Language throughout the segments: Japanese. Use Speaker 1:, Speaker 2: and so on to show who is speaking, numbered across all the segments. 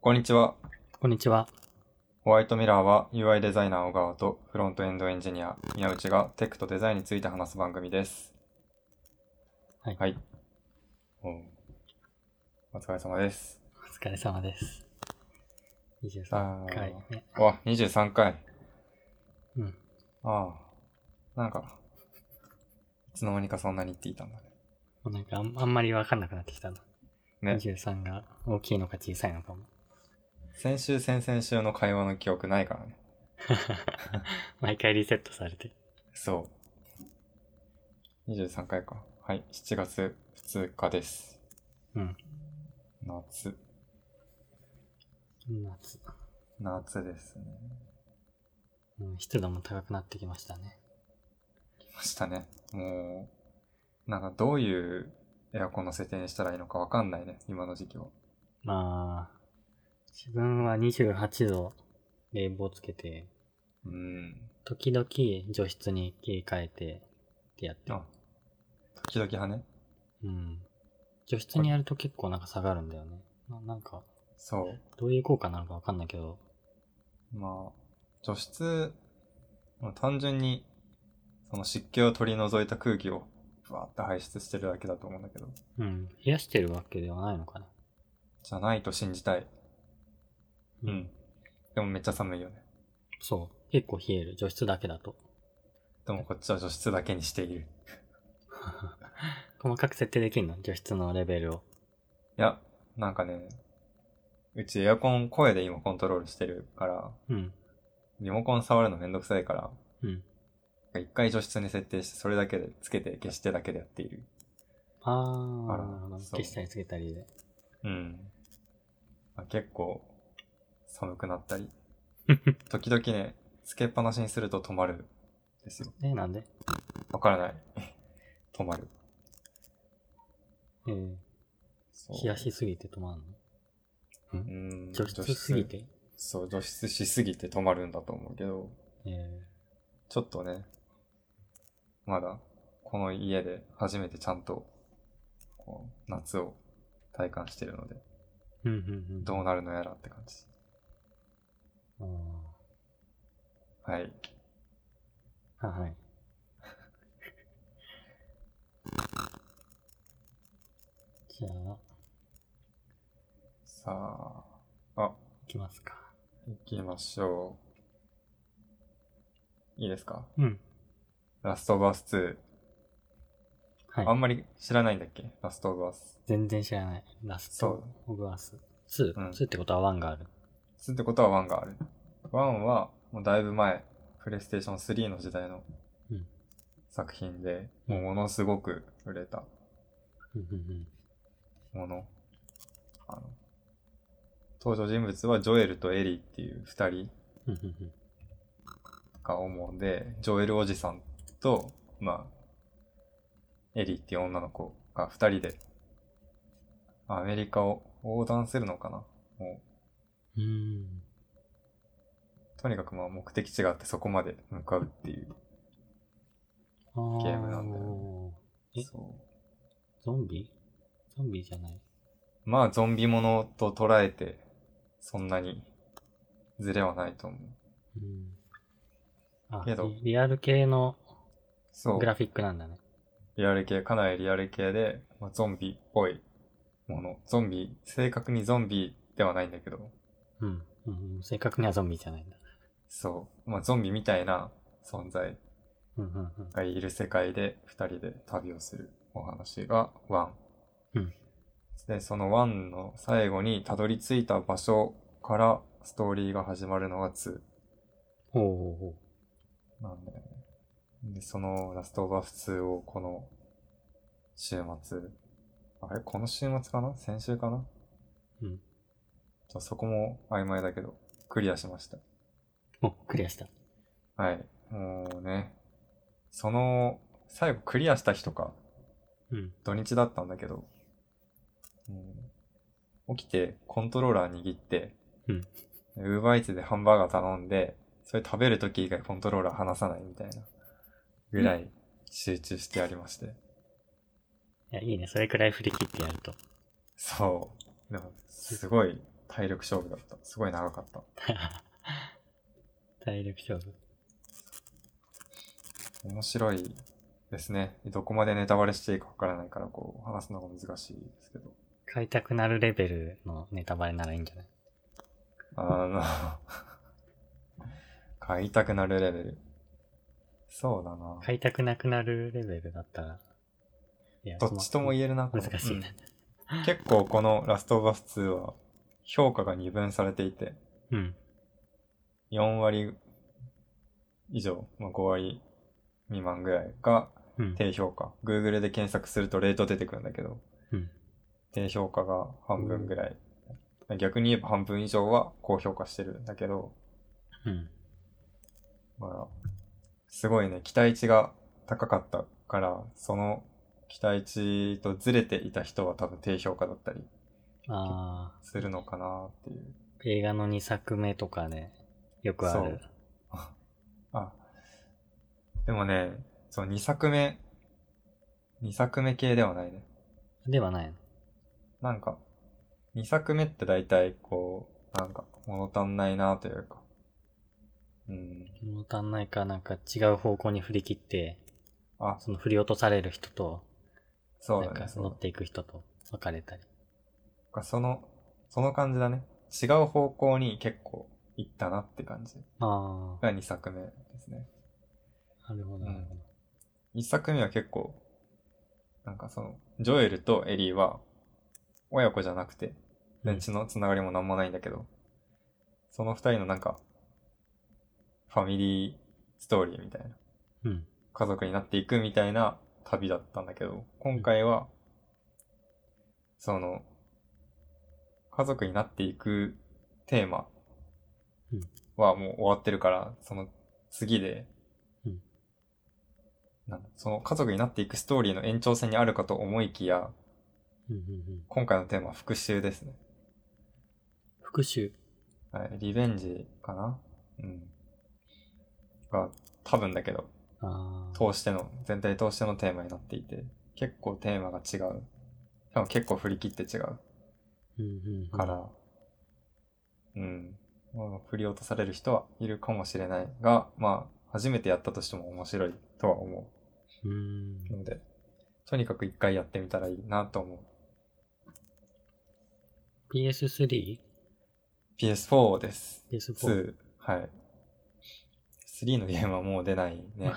Speaker 1: こんにちは。
Speaker 2: こんにちは。
Speaker 1: ホワイトミラーは UI デザイナー小川とフロントエンドエンジニア宮内がテクとデザインについて話す番組です。
Speaker 2: はい
Speaker 1: はい。おお疲れ様です。
Speaker 2: お疲れ様です。23
Speaker 1: あー
Speaker 2: 回目。
Speaker 1: うわ、23回。
Speaker 2: うん。
Speaker 1: ああ。なんか、いつの間にかそんなに言っていたんだね。
Speaker 2: もうなんかあんあんまりわかんなくなってきたな。
Speaker 1: ね
Speaker 2: 23が大きいのか小さいのかも。
Speaker 1: 先週、先々週の会話の記憶ないからね。
Speaker 2: 毎回リセットされて。
Speaker 1: そう。23回か。はい。7月2日です。
Speaker 2: うん。
Speaker 1: 夏。
Speaker 2: 夏。
Speaker 1: 夏ですね。
Speaker 2: うん、湿度も高くなってきましたね。
Speaker 1: 来ましたね。もう、なんかどういうエアコンの設定にしたらいいのかわかんないね。今の時期は。
Speaker 2: まあ、自分は28度冷房つけて、
Speaker 1: うん。
Speaker 2: 時々除湿に切り替えてってやってる
Speaker 1: あ。時々派ね。
Speaker 2: うん。除湿にやると結構なんか下がるんだよね。ななんか、
Speaker 1: そう。
Speaker 2: どういう効果なのかわかんないけど、
Speaker 1: まあ、除湿、まあ単純に、その湿気を取り除いた空気を、ふわーって排出してるだけだと思うんだけど、
Speaker 2: うん、冷やしてるわけではないのかな。
Speaker 1: じゃないと信じたい。
Speaker 2: う。。
Speaker 1: でもめっちゃ寒いよね。
Speaker 2: そう。結構冷える。除湿だけだと。
Speaker 1: でもこっちは除湿だけにしている。
Speaker 2: 細かく設定できるの除湿のレベルを。
Speaker 1: いや、なんかね、うちエアコン声で今コントロールしてるから、
Speaker 2: うん。
Speaker 1: リモコン触るのめんどくさいから、
Speaker 2: うん。
Speaker 1: 一回除湿に設定して、それだけでつけて消してだけでやっている。
Speaker 2: あ
Speaker 1: あら
Speaker 2: ー、なるほど。
Speaker 1: そう
Speaker 2: 消したりつけたりで。
Speaker 1: うん。あ結構、寒くなった り。時々ね、つけっぱなしにすると止まるんですよ。
Speaker 2: え、なんで
Speaker 1: わからない。 止まる。
Speaker 2: えー、
Speaker 1: そう
Speaker 2: 冷やしすぎて止まんの
Speaker 1: うん。
Speaker 2: 除湿すぎて
Speaker 1: そう、除湿しすぎて止まるんだと思うけど、
Speaker 2: え
Speaker 1: ちょっとね、まだ、この家で初めてちゃんと、こう、夏を体感してるので、
Speaker 2: ー、うんうんうん。
Speaker 1: どうなるのやらって感じ。
Speaker 2: あ
Speaker 1: はい。
Speaker 2: ーはい はい。じゃあ、行
Speaker 1: さあ、あ、
Speaker 2: きますか。
Speaker 1: 行きましょう。いいですか
Speaker 2: うん。
Speaker 1: ラストオブアス2。
Speaker 2: はい
Speaker 1: あ。んまり知らないんだっけラストオブアス。
Speaker 2: 全然知らない。ラス
Speaker 1: そう
Speaker 2: ト、オブアス。2、
Speaker 1: うん
Speaker 2: 2ってことは1がある。
Speaker 1: 2ってことは1がある。1は、もうだいぶ前、プレイステーション3の時代の
Speaker 2: うん
Speaker 1: 作品で、もうものすごく売れた
Speaker 2: うんうんうん。
Speaker 1: もの。あの、登場人物はジョエルとエリーっていう二人
Speaker 2: うんうんうん
Speaker 1: が主で、ジョエルおじさんと、まあ、エリーっていう女の子が二人で、アメリカを横断するのかなも
Speaker 2: うーん。
Speaker 1: う、とにかくまあ目的地があってそこまで向かうっていう。
Speaker 2: あー
Speaker 1: ゲームなんだよ
Speaker 2: え
Speaker 1: そう
Speaker 2: ゾンビゾンビじゃない。
Speaker 1: まあ、ゾンビものと捉えて、そんなに、ズレはないと思う。
Speaker 2: うん。あ、
Speaker 1: けど
Speaker 2: リリアル系の
Speaker 1: そう
Speaker 2: グ。ラフィックなんだね。
Speaker 1: リアル系、かなりリアル系で、まあ、ゾンビっぽいもの。ゾンビ、正確にゾンビではないんだけど、
Speaker 2: うん。うんうん、正確にはゾンビじゃないんだ。
Speaker 1: そう。まあ、ゾンビみたいな存在
Speaker 2: うんうんうん。
Speaker 1: がいる世界で二人で旅をするお話がワン。
Speaker 2: うん
Speaker 1: で、そのワンの最後にたどり着いた場所からストーリーが始まるのがツ
Speaker 2: ほうほう
Speaker 1: ー
Speaker 2: ほ
Speaker 1: なんだよね。で、そのラストオブアス2をこの週末、あれこの週末かな先週かな
Speaker 2: う。うん。
Speaker 1: ちょそこも曖昧だけど、クリアしました。
Speaker 2: お、クリアした。
Speaker 1: はい。もうね、その、最後クリアした日とか、
Speaker 2: うん。
Speaker 1: 土日だったんだけど、うん、起きてコントローラー握って、
Speaker 2: うん
Speaker 1: ウーバーイーツでハンバーガー頼んで、それ食べるとき以外コントローラー離さないみたいなぐらい集中してやりまして。
Speaker 2: いや、いいね。それくらい振り切ってやると。
Speaker 1: そう。でも、すごい体力勝負だった。すごい長かった。
Speaker 2: 体力勝負。
Speaker 1: 面白いですね。どこまでネタバレしていいかわからないから、こう、話すのが難しいですけど。
Speaker 2: 買いたくなるレベルのネタバレならいいんじゃない
Speaker 1: あ の、買いたくなるレベル。そうだな。
Speaker 2: 買いたくなくなるレベルだったら。いや
Speaker 1: どっちとも言えるな、これ
Speaker 2: 難しいな。
Speaker 1: うん 結構このラストオブアス2は評価が二分されていて、
Speaker 2: うん。
Speaker 1: 4割以上、まあ、5割未満ぐらいが
Speaker 2: うん。
Speaker 1: 低評価。Google で検索するとレート出てくるんだけど、
Speaker 2: うん
Speaker 1: 低評価が半分ぐらい。逆に言えば半分以上は高評価してるんだけど、
Speaker 2: うん。
Speaker 1: まあ、すごいね、期待値が高かったから、その期待値とずれていた人は多分低評価だったり
Speaker 2: あ
Speaker 1: するのかなっていう。
Speaker 2: ー、映画の2作目とかね、よくある。
Speaker 1: あ、でもね、その2作目、2作目系ではないね。
Speaker 2: ではないの。
Speaker 1: なんか、2作目って大体こう、なんか物足んないなというか、うん、
Speaker 2: 物足んないか、なんか違う方向に振り切って、
Speaker 1: あ、
Speaker 2: その振り落とされる人と、
Speaker 1: そう
Speaker 2: な
Speaker 1: だ
Speaker 2: んか
Speaker 1: ね、そう
Speaker 2: 乗
Speaker 1: だ
Speaker 2: っていく人と別れたり。
Speaker 1: なんかその、その感じだね。違う方向に結構行ったなって感じ
Speaker 2: あ
Speaker 1: が2作目ですね。
Speaker 2: あ、なる
Speaker 1: う
Speaker 2: ほど、
Speaker 1: ん
Speaker 2: なるほど。
Speaker 1: 1作目は結構、なんかその、ジョエルとエリーは、親子じゃなくて、
Speaker 2: うん
Speaker 1: 血のつながりもなんもないんだけど、その二人のなんか、ファミリーストーリーみたいな、
Speaker 2: うん。
Speaker 1: 家族になっていくみたいな旅だったんだけど、今回は、その、家族になっていくテーマ
Speaker 2: うん
Speaker 1: はもう終わってるから、その次で、
Speaker 2: うん
Speaker 1: なんだその家族になっていくストーリーの延長線にあるかと思いきや、
Speaker 2: うん、うん、うん。
Speaker 1: 今回のテーマは復讐ですね。
Speaker 2: 復讐。
Speaker 1: はい、リベンジかなうん。が、多分だけど、
Speaker 2: ああ。
Speaker 1: 通しての、全体通してのテーマになっていて、結構テーマが違う。でも結構振り切って違うか
Speaker 2: うん、うん。
Speaker 1: ら、うん。まあ振り落とされる人はいるかもしれないが、まあ、初めてやったとしても面白いとは思
Speaker 2: うーん。
Speaker 1: うので、とにかく一回やってみたらいいなと思う。
Speaker 2: PS3?PS4?
Speaker 1: PS4 です。2。はい。3のゲームはもう出ないね。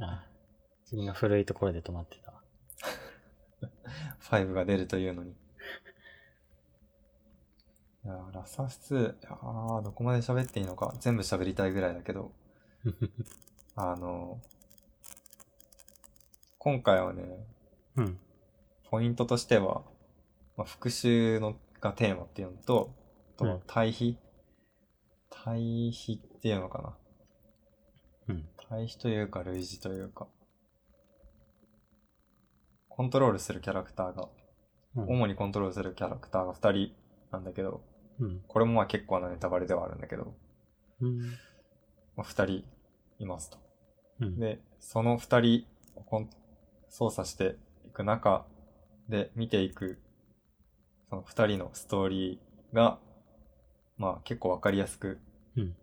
Speaker 2: あ自分が古いところで止まってたわ。
Speaker 1: 5が出るというのに。いやーラサス2、いやーどこまで喋っていいのか、全部喋りたいぐらいだけど、あの今回はね、
Speaker 2: うん。
Speaker 1: ポイントとしては、まあ、復讐のがテーマっていうのと、あと
Speaker 2: う
Speaker 1: は
Speaker 2: ん
Speaker 1: 対比、対比っていうのかな。
Speaker 2: うん。
Speaker 1: 対比というか類似というか、コントロールするキャラクターが
Speaker 2: うん。
Speaker 1: 主にコントロールするキャラクターが2人なんだけど、
Speaker 2: うん。
Speaker 1: これもまあ結構なネタバレではあるんだけど、
Speaker 2: うん。
Speaker 1: まあ、2人いますと。
Speaker 2: うん。
Speaker 1: で、その2人をコン操作していく中で見ていく、その2人のストーリーが、まあ結構わかりやすく
Speaker 2: うん、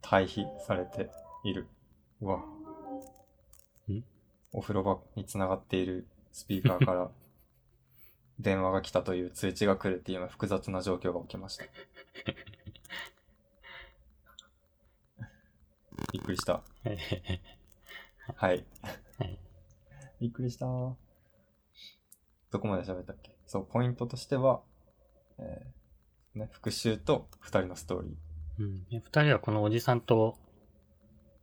Speaker 1: 対比されている。うわ。お風呂場に繋がっているスピーカー から、電話が来たという通知が来るっていう今複雑な状況が起きました。 びっくりした。はい。
Speaker 2: はい
Speaker 1: びっくりした。どこまで喋ったっけそう、ポイントとしては、えーね、復讐と二人のストーリー。
Speaker 2: うん。え二人はこのおじさんと、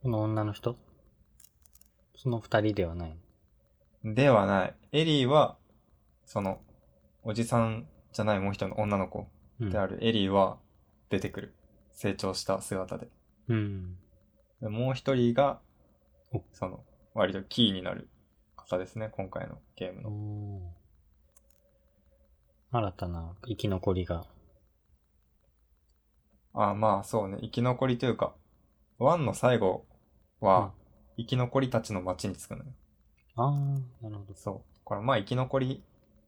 Speaker 2: この女の人その二人ではない。
Speaker 1: ではない。エリーは、その、おじさんじゃないもう一人の女の子
Speaker 2: うん。
Speaker 1: であるエリーは出てくる。成長した姿で。
Speaker 2: うん。
Speaker 1: でもう一人が
Speaker 2: お、
Speaker 1: その、割とキーになる方ですね、今回のゲーム
Speaker 2: お
Speaker 1: の。
Speaker 2: ー新たな生き残りが。
Speaker 1: ああ、まあそうね、生き残りというか、ワンの最後は、生き残りたちの街に着くのよ。
Speaker 2: ああ、なるほど。
Speaker 1: そう。これまあ生き残り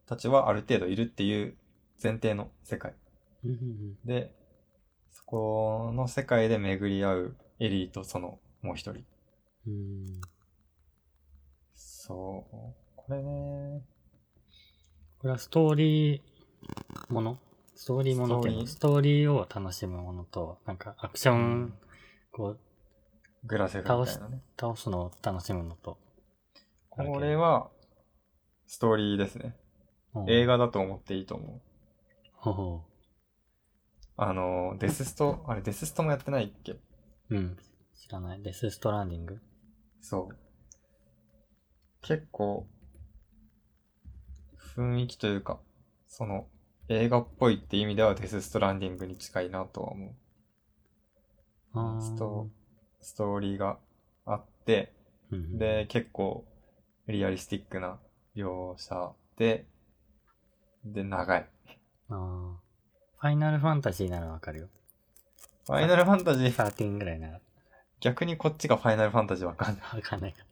Speaker 1: たちはある程度いるっていう前提の世界。
Speaker 2: うんうん
Speaker 1: で、そこの世界で巡り合うエリーとそのもう一人。
Speaker 2: うんうん
Speaker 1: そう。これね、
Speaker 2: これはストーリーものストーリーものっていうのス
Speaker 1: ス
Speaker 2: トーリーを楽しむものと、なんかアクション、
Speaker 1: うん
Speaker 2: こう、
Speaker 1: グラセフみたいなね。
Speaker 2: 倒すのを楽しむのと。
Speaker 1: これは、ストーリーですね。
Speaker 2: うん
Speaker 1: 映画だと思っていいと思う。
Speaker 2: ほうほ
Speaker 1: あの、デススト、あれデスストもやってないっけ
Speaker 2: う。うん。知らない。デスストランディング。
Speaker 1: そう。結構、雰囲気というか、その、映画っぽいって意味ではデスストランディングに近いなとは思う。
Speaker 2: あー
Speaker 1: ストストーリーがあって、
Speaker 2: うんうん、
Speaker 1: で、結構リアリスティックな描写で、で、長い。
Speaker 2: あーファイナルファンタジーならわかるよ。
Speaker 1: ファイナルファンタジー、
Speaker 2: 13ぐらいなら
Speaker 1: 逆にこっちがファイナルファンタジーわかんない。
Speaker 2: わかんないから。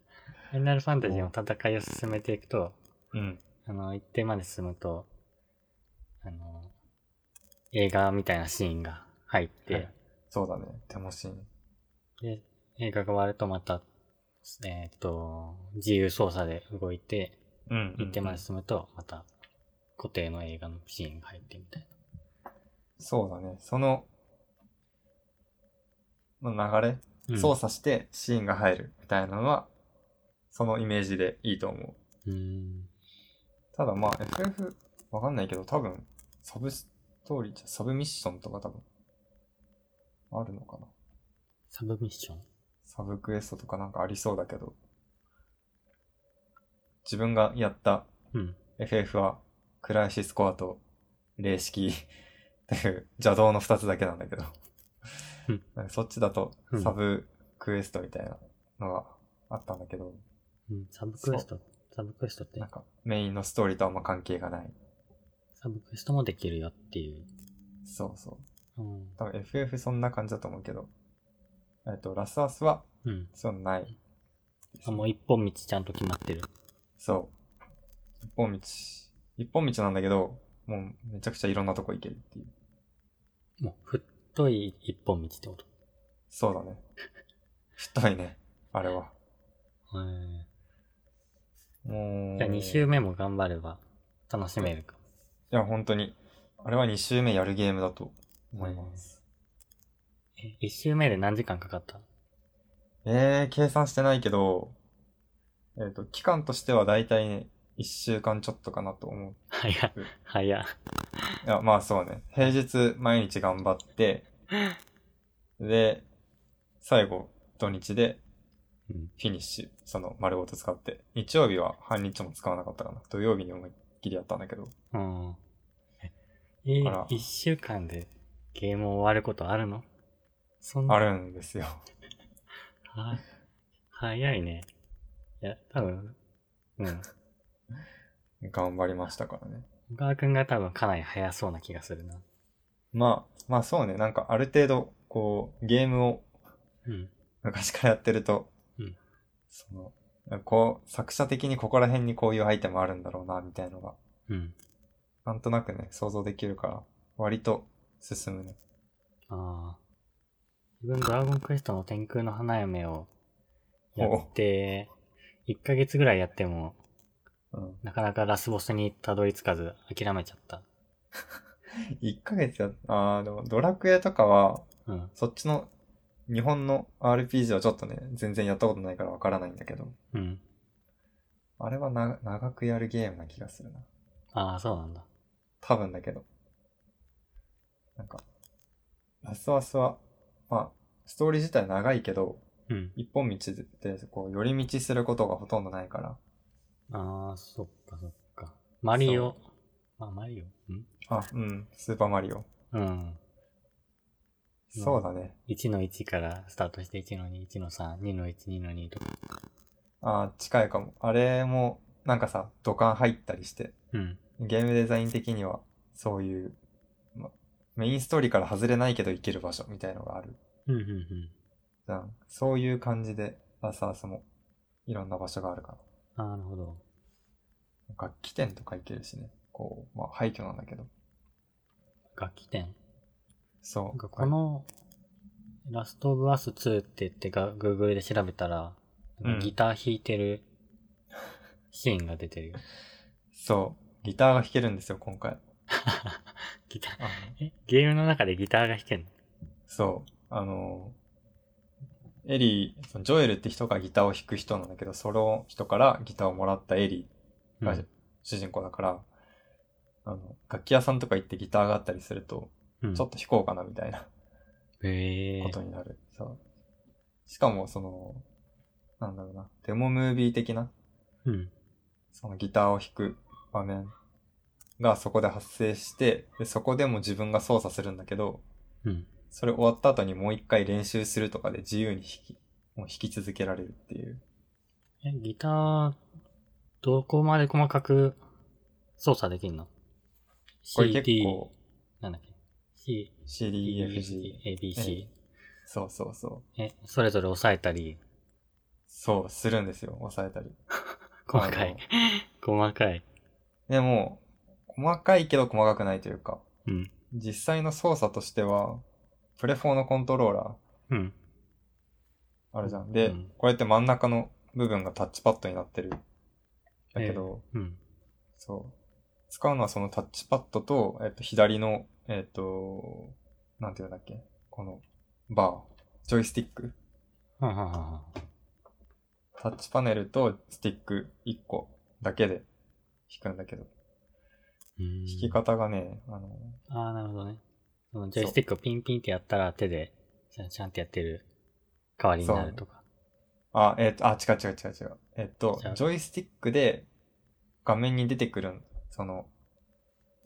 Speaker 2: ファイナルファンタジーの戦いを進めていくと、
Speaker 1: うん。
Speaker 2: あの、一定まで進むと、あの、映画みたいなシーンが入って、
Speaker 1: はいそうだね。手もしん。
Speaker 2: で、映画が終わるとまた、えーっ、と、自由操作で動いて、
Speaker 1: うん。
Speaker 2: 一定まで進むと、また、固定の映画のシーンが入ってみたい
Speaker 1: そうだね。その、の流れ、
Speaker 2: な。
Speaker 1: 操作してシーンが入るみたいなのは、そのイメージでいいと思う。
Speaker 2: うん。うん。
Speaker 1: ただまあ FF わかんないけど多分サブストーリーじゃサブミッションとか多分あるのかな
Speaker 2: サブミッション
Speaker 1: サブクエストとかなんかありそうだけど自分がやった
Speaker 2: うん。
Speaker 1: FF はクライシスコアと霊式 っていう邪道の2つだけなんだけど
Speaker 2: うん
Speaker 1: なんかそっちだと
Speaker 2: うん
Speaker 1: サブクエストみたいなのがあったんだけど、
Speaker 2: うん。サブクエスト。サブクエストって
Speaker 1: なん、かメインのストーリーとあんま関係がない
Speaker 2: サブクエストもできるよっていう。
Speaker 1: そうそう
Speaker 2: うん。
Speaker 1: 多分 FF そんな感じだと思うけど、えっ、と、ラスアスは、
Speaker 2: うん。
Speaker 1: そうない。
Speaker 2: あ、もう一本道ちゃんと決まってる。
Speaker 1: そう。一本道。一本道なんだけど、もうめちゃくちゃいろんなとこ行けるっていう。
Speaker 2: もう、太い一本道ってこと。
Speaker 1: そうだね。 太いね。あれは。
Speaker 2: へー
Speaker 1: もう。
Speaker 2: じゃあ2周目も頑張れば楽しめるか。
Speaker 1: いや、本当に。あれは2周目やるゲームだと思います。
Speaker 2: え、1周目で何時間かかった
Speaker 1: えー、計算してないけど、えっ、と、期間としては大体ね、1週間ちょっとかなと思う。
Speaker 2: 早っ、早っ。
Speaker 1: いや、まあそうね。平日毎日頑張って、で、最後、土日で
Speaker 2: うん
Speaker 1: フィニッシュ、その丸ごと使って。日曜日は半日も使わなかったかな。土曜日に思いっきりやったんだけど。
Speaker 2: うん。え、
Speaker 1: あら
Speaker 2: 1週間でゲーム終わることあるのそんな。
Speaker 1: あるんですよ。
Speaker 2: は早いね。いや、多分、うん。
Speaker 1: 頑張りましたからね。
Speaker 2: 小川くんが多分かなり早そうな気がするな。
Speaker 1: まあ、まあそうね。なんかある程度、こう、ゲームを
Speaker 2: うん。
Speaker 1: 昔からやってると、
Speaker 2: うん
Speaker 1: その、こう、作者的にここら辺にこういうアイテムあるんだろうな、みたいのが、
Speaker 2: うん。
Speaker 1: なんとなくね、想像できるから、割と進むね。
Speaker 2: ああ。自分ドラゴンクエストの天空の花嫁をやって、1ヶ月ぐらいやっても、
Speaker 1: うん。
Speaker 2: なかなかラスボスにたどり着かず諦めちゃった。
Speaker 1: 1ヶ月や、あーでもドラクエとかは、
Speaker 2: うん。
Speaker 1: そっちの日本の RPG はちょっとね、全然やったことないからわからないんだけど、
Speaker 2: うん。
Speaker 1: あれはな長くやるゲームな気がするな。
Speaker 2: ああ、そうなんだ。
Speaker 1: 多分だけど。なんか、ラスワスは、まあ、ストーリー自体長いけど、
Speaker 2: うん。
Speaker 1: 一本道でこう、寄り道することがほとんどないから、
Speaker 2: ああ、そっかそっか。マリオ。まあ、マリオ。ん
Speaker 1: あ、うん、スーパーマリオ。
Speaker 2: うん。うん
Speaker 1: そうだね。
Speaker 2: 1の1からスタートして1の2、1の3、2の1、2の2とか。
Speaker 1: あー近いかも。あれも、なんかさ、土管入ったりして、
Speaker 2: うん。
Speaker 1: ゲームデザイン的には、そういう、ま、メインストーリーから外れないけど行ける場所みたいのがある。
Speaker 2: うん、うん、うん。
Speaker 1: じゃん。そういう感じで、ラスアスも、いろんな場所があるから。
Speaker 2: あーなるほど。
Speaker 1: 楽器店とか行けるしね。こう、まあ、廃墟なんだけど。
Speaker 2: 楽器店。
Speaker 1: そ
Speaker 2: なん
Speaker 1: う。
Speaker 2: かこの、ラストオブアス2って言ってが Google で調べたら、なん
Speaker 1: うん
Speaker 2: かギター弾いてるシーンが出てる よ。
Speaker 1: そう。ギターが弾けるんですよ、今回。
Speaker 2: ギタ
Speaker 1: あ
Speaker 2: ー、
Speaker 1: の
Speaker 2: え、ゲームの中でギターが弾けんの
Speaker 1: そう。あの、エリー、そのジョエルって人がギターを弾く人なんだけど、その人からギターをもらったエリーが
Speaker 2: うん
Speaker 1: 主人公だから、あの、楽器屋さんとか行ってギターがあったりすると、
Speaker 2: うん。
Speaker 1: ちょっと弾こうかなみたいな
Speaker 2: へえ
Speaker 1: ことになる。そう。しかも、その、なんだろうな、デモムービー的な、
Speaker 2: うん。
Speaker 1: そのギターを弾く場面がそこで発生して、でそこでも自分が操作するんだけど、
Speaker 2: うん。
Speaker 1: それ終わった後にもう一回練習するとかで自由に弾き、もう弾き続けられるっていう。
Speaker 2: え、ギター、どこまで細かく操作できんの
Speaker 1: これ結
Speaker 2: ?CD、
Speaker 1: 構
Speaker 2: なんだっけ ?C、D、
Speaker 1: CDFG。
Speaker 2: E、F、G、A、B、C。
Speaker 1: そうそうそう。
Speaker 2: え、それぞれ押さえたり、
Speaker 1: そう、するんですよ。抑えたり。
Speaker 2: 細かい。 細かい。
Speaker 1: あの。でも、細かいけど細かくないというか、
Speaker 2: うん。
Speaker 1: 実際の操作としては、プレフォーのコントローラ
Speaker 2: うん。
Speaker 1: ーあるじゃん。で、
Speaker 2: うん
Speaker 1: こうやって真ん中の部分がタッチパッドになってる。だけど、
Speaker 2: うん。
Speaker 1: そう。使うのはそのタッチパッドと、えっと、左の、えっと、なんていうんだっけこの、バー、ジョイスティック。
Speaker 2: はんはんはんはん
Speaker 1: タッチパネルとスティック1個だけで弾くんだけど、
Speaker 2: うん。
Speaker 1: 弾き方がね、あの、
Speaker 2: ああ、なるほどね。そのジョイスティックをピンピンってやったら手で、シャンシャンってやってる代わりになるとか。
Speaker 1: あ、えっと、あ、違う違う違う違う。えっと
Speaker 2: 違う、
Speaker 1: ジョイスティックで画面に出てくる、その、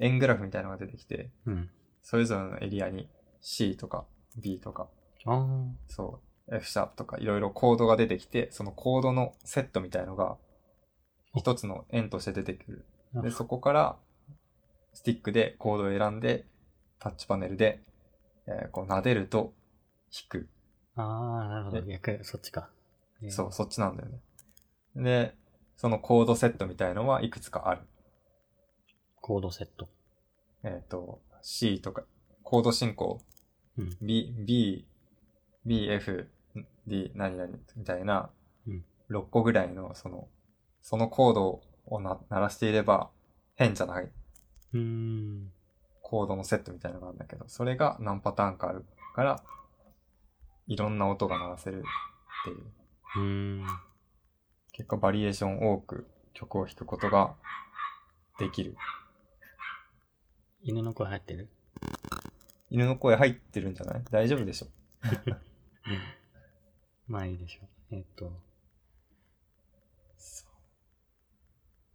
Speaker 1: 円グラフみたいなのが出てきて、
Speaker 2: うん。
Speaker 1: それぞれのエリアに C とか B とか
Speaker 2: ああ。
Speaker 1: そう、F シャープとかいろいろコードが出てきて、そのコードのセットみたいのが、一つの円として出てくる。で、そこから、スティックでコードを選んで、タッチパネルで、えーこう撫でると、弾く。
Speaker 2: ああ、なるほど。
Speaker 1: え
Speaker 2: 逆、そっちか。えー
Speaker 1: そう、そっちなんだよね。で、そのコードセットみたいのはいくつかある。
Speaker 2: コードセット。
Speaker 1: えっ、と、C とか、コード進行、
Speaker 2: うん。
Speaker 1: B、B、B、F、D、何々みたいな
Speaker 2: うん、
Speaker 1: 6個ぐらいの、その、そのコードをな鳴らしていれば、変じゃないう
Speaker 2: ーん。
Speaker 1: コードのセットみたいなのがあるんだけど、それが何パターンかあるから、いろんな音が鳴らせるっていう。
Speaker 2: うーん。
Speaker 1: 結構バリエーション多く曲を弾くことができる。
Speaker 2: 犬の声入ってる
Speaker 1: 犬の声入ってるんじゃない大丈夫でしょ
Speaker 2: まあいいでしょう。えっ、と。
Speaker 1: そ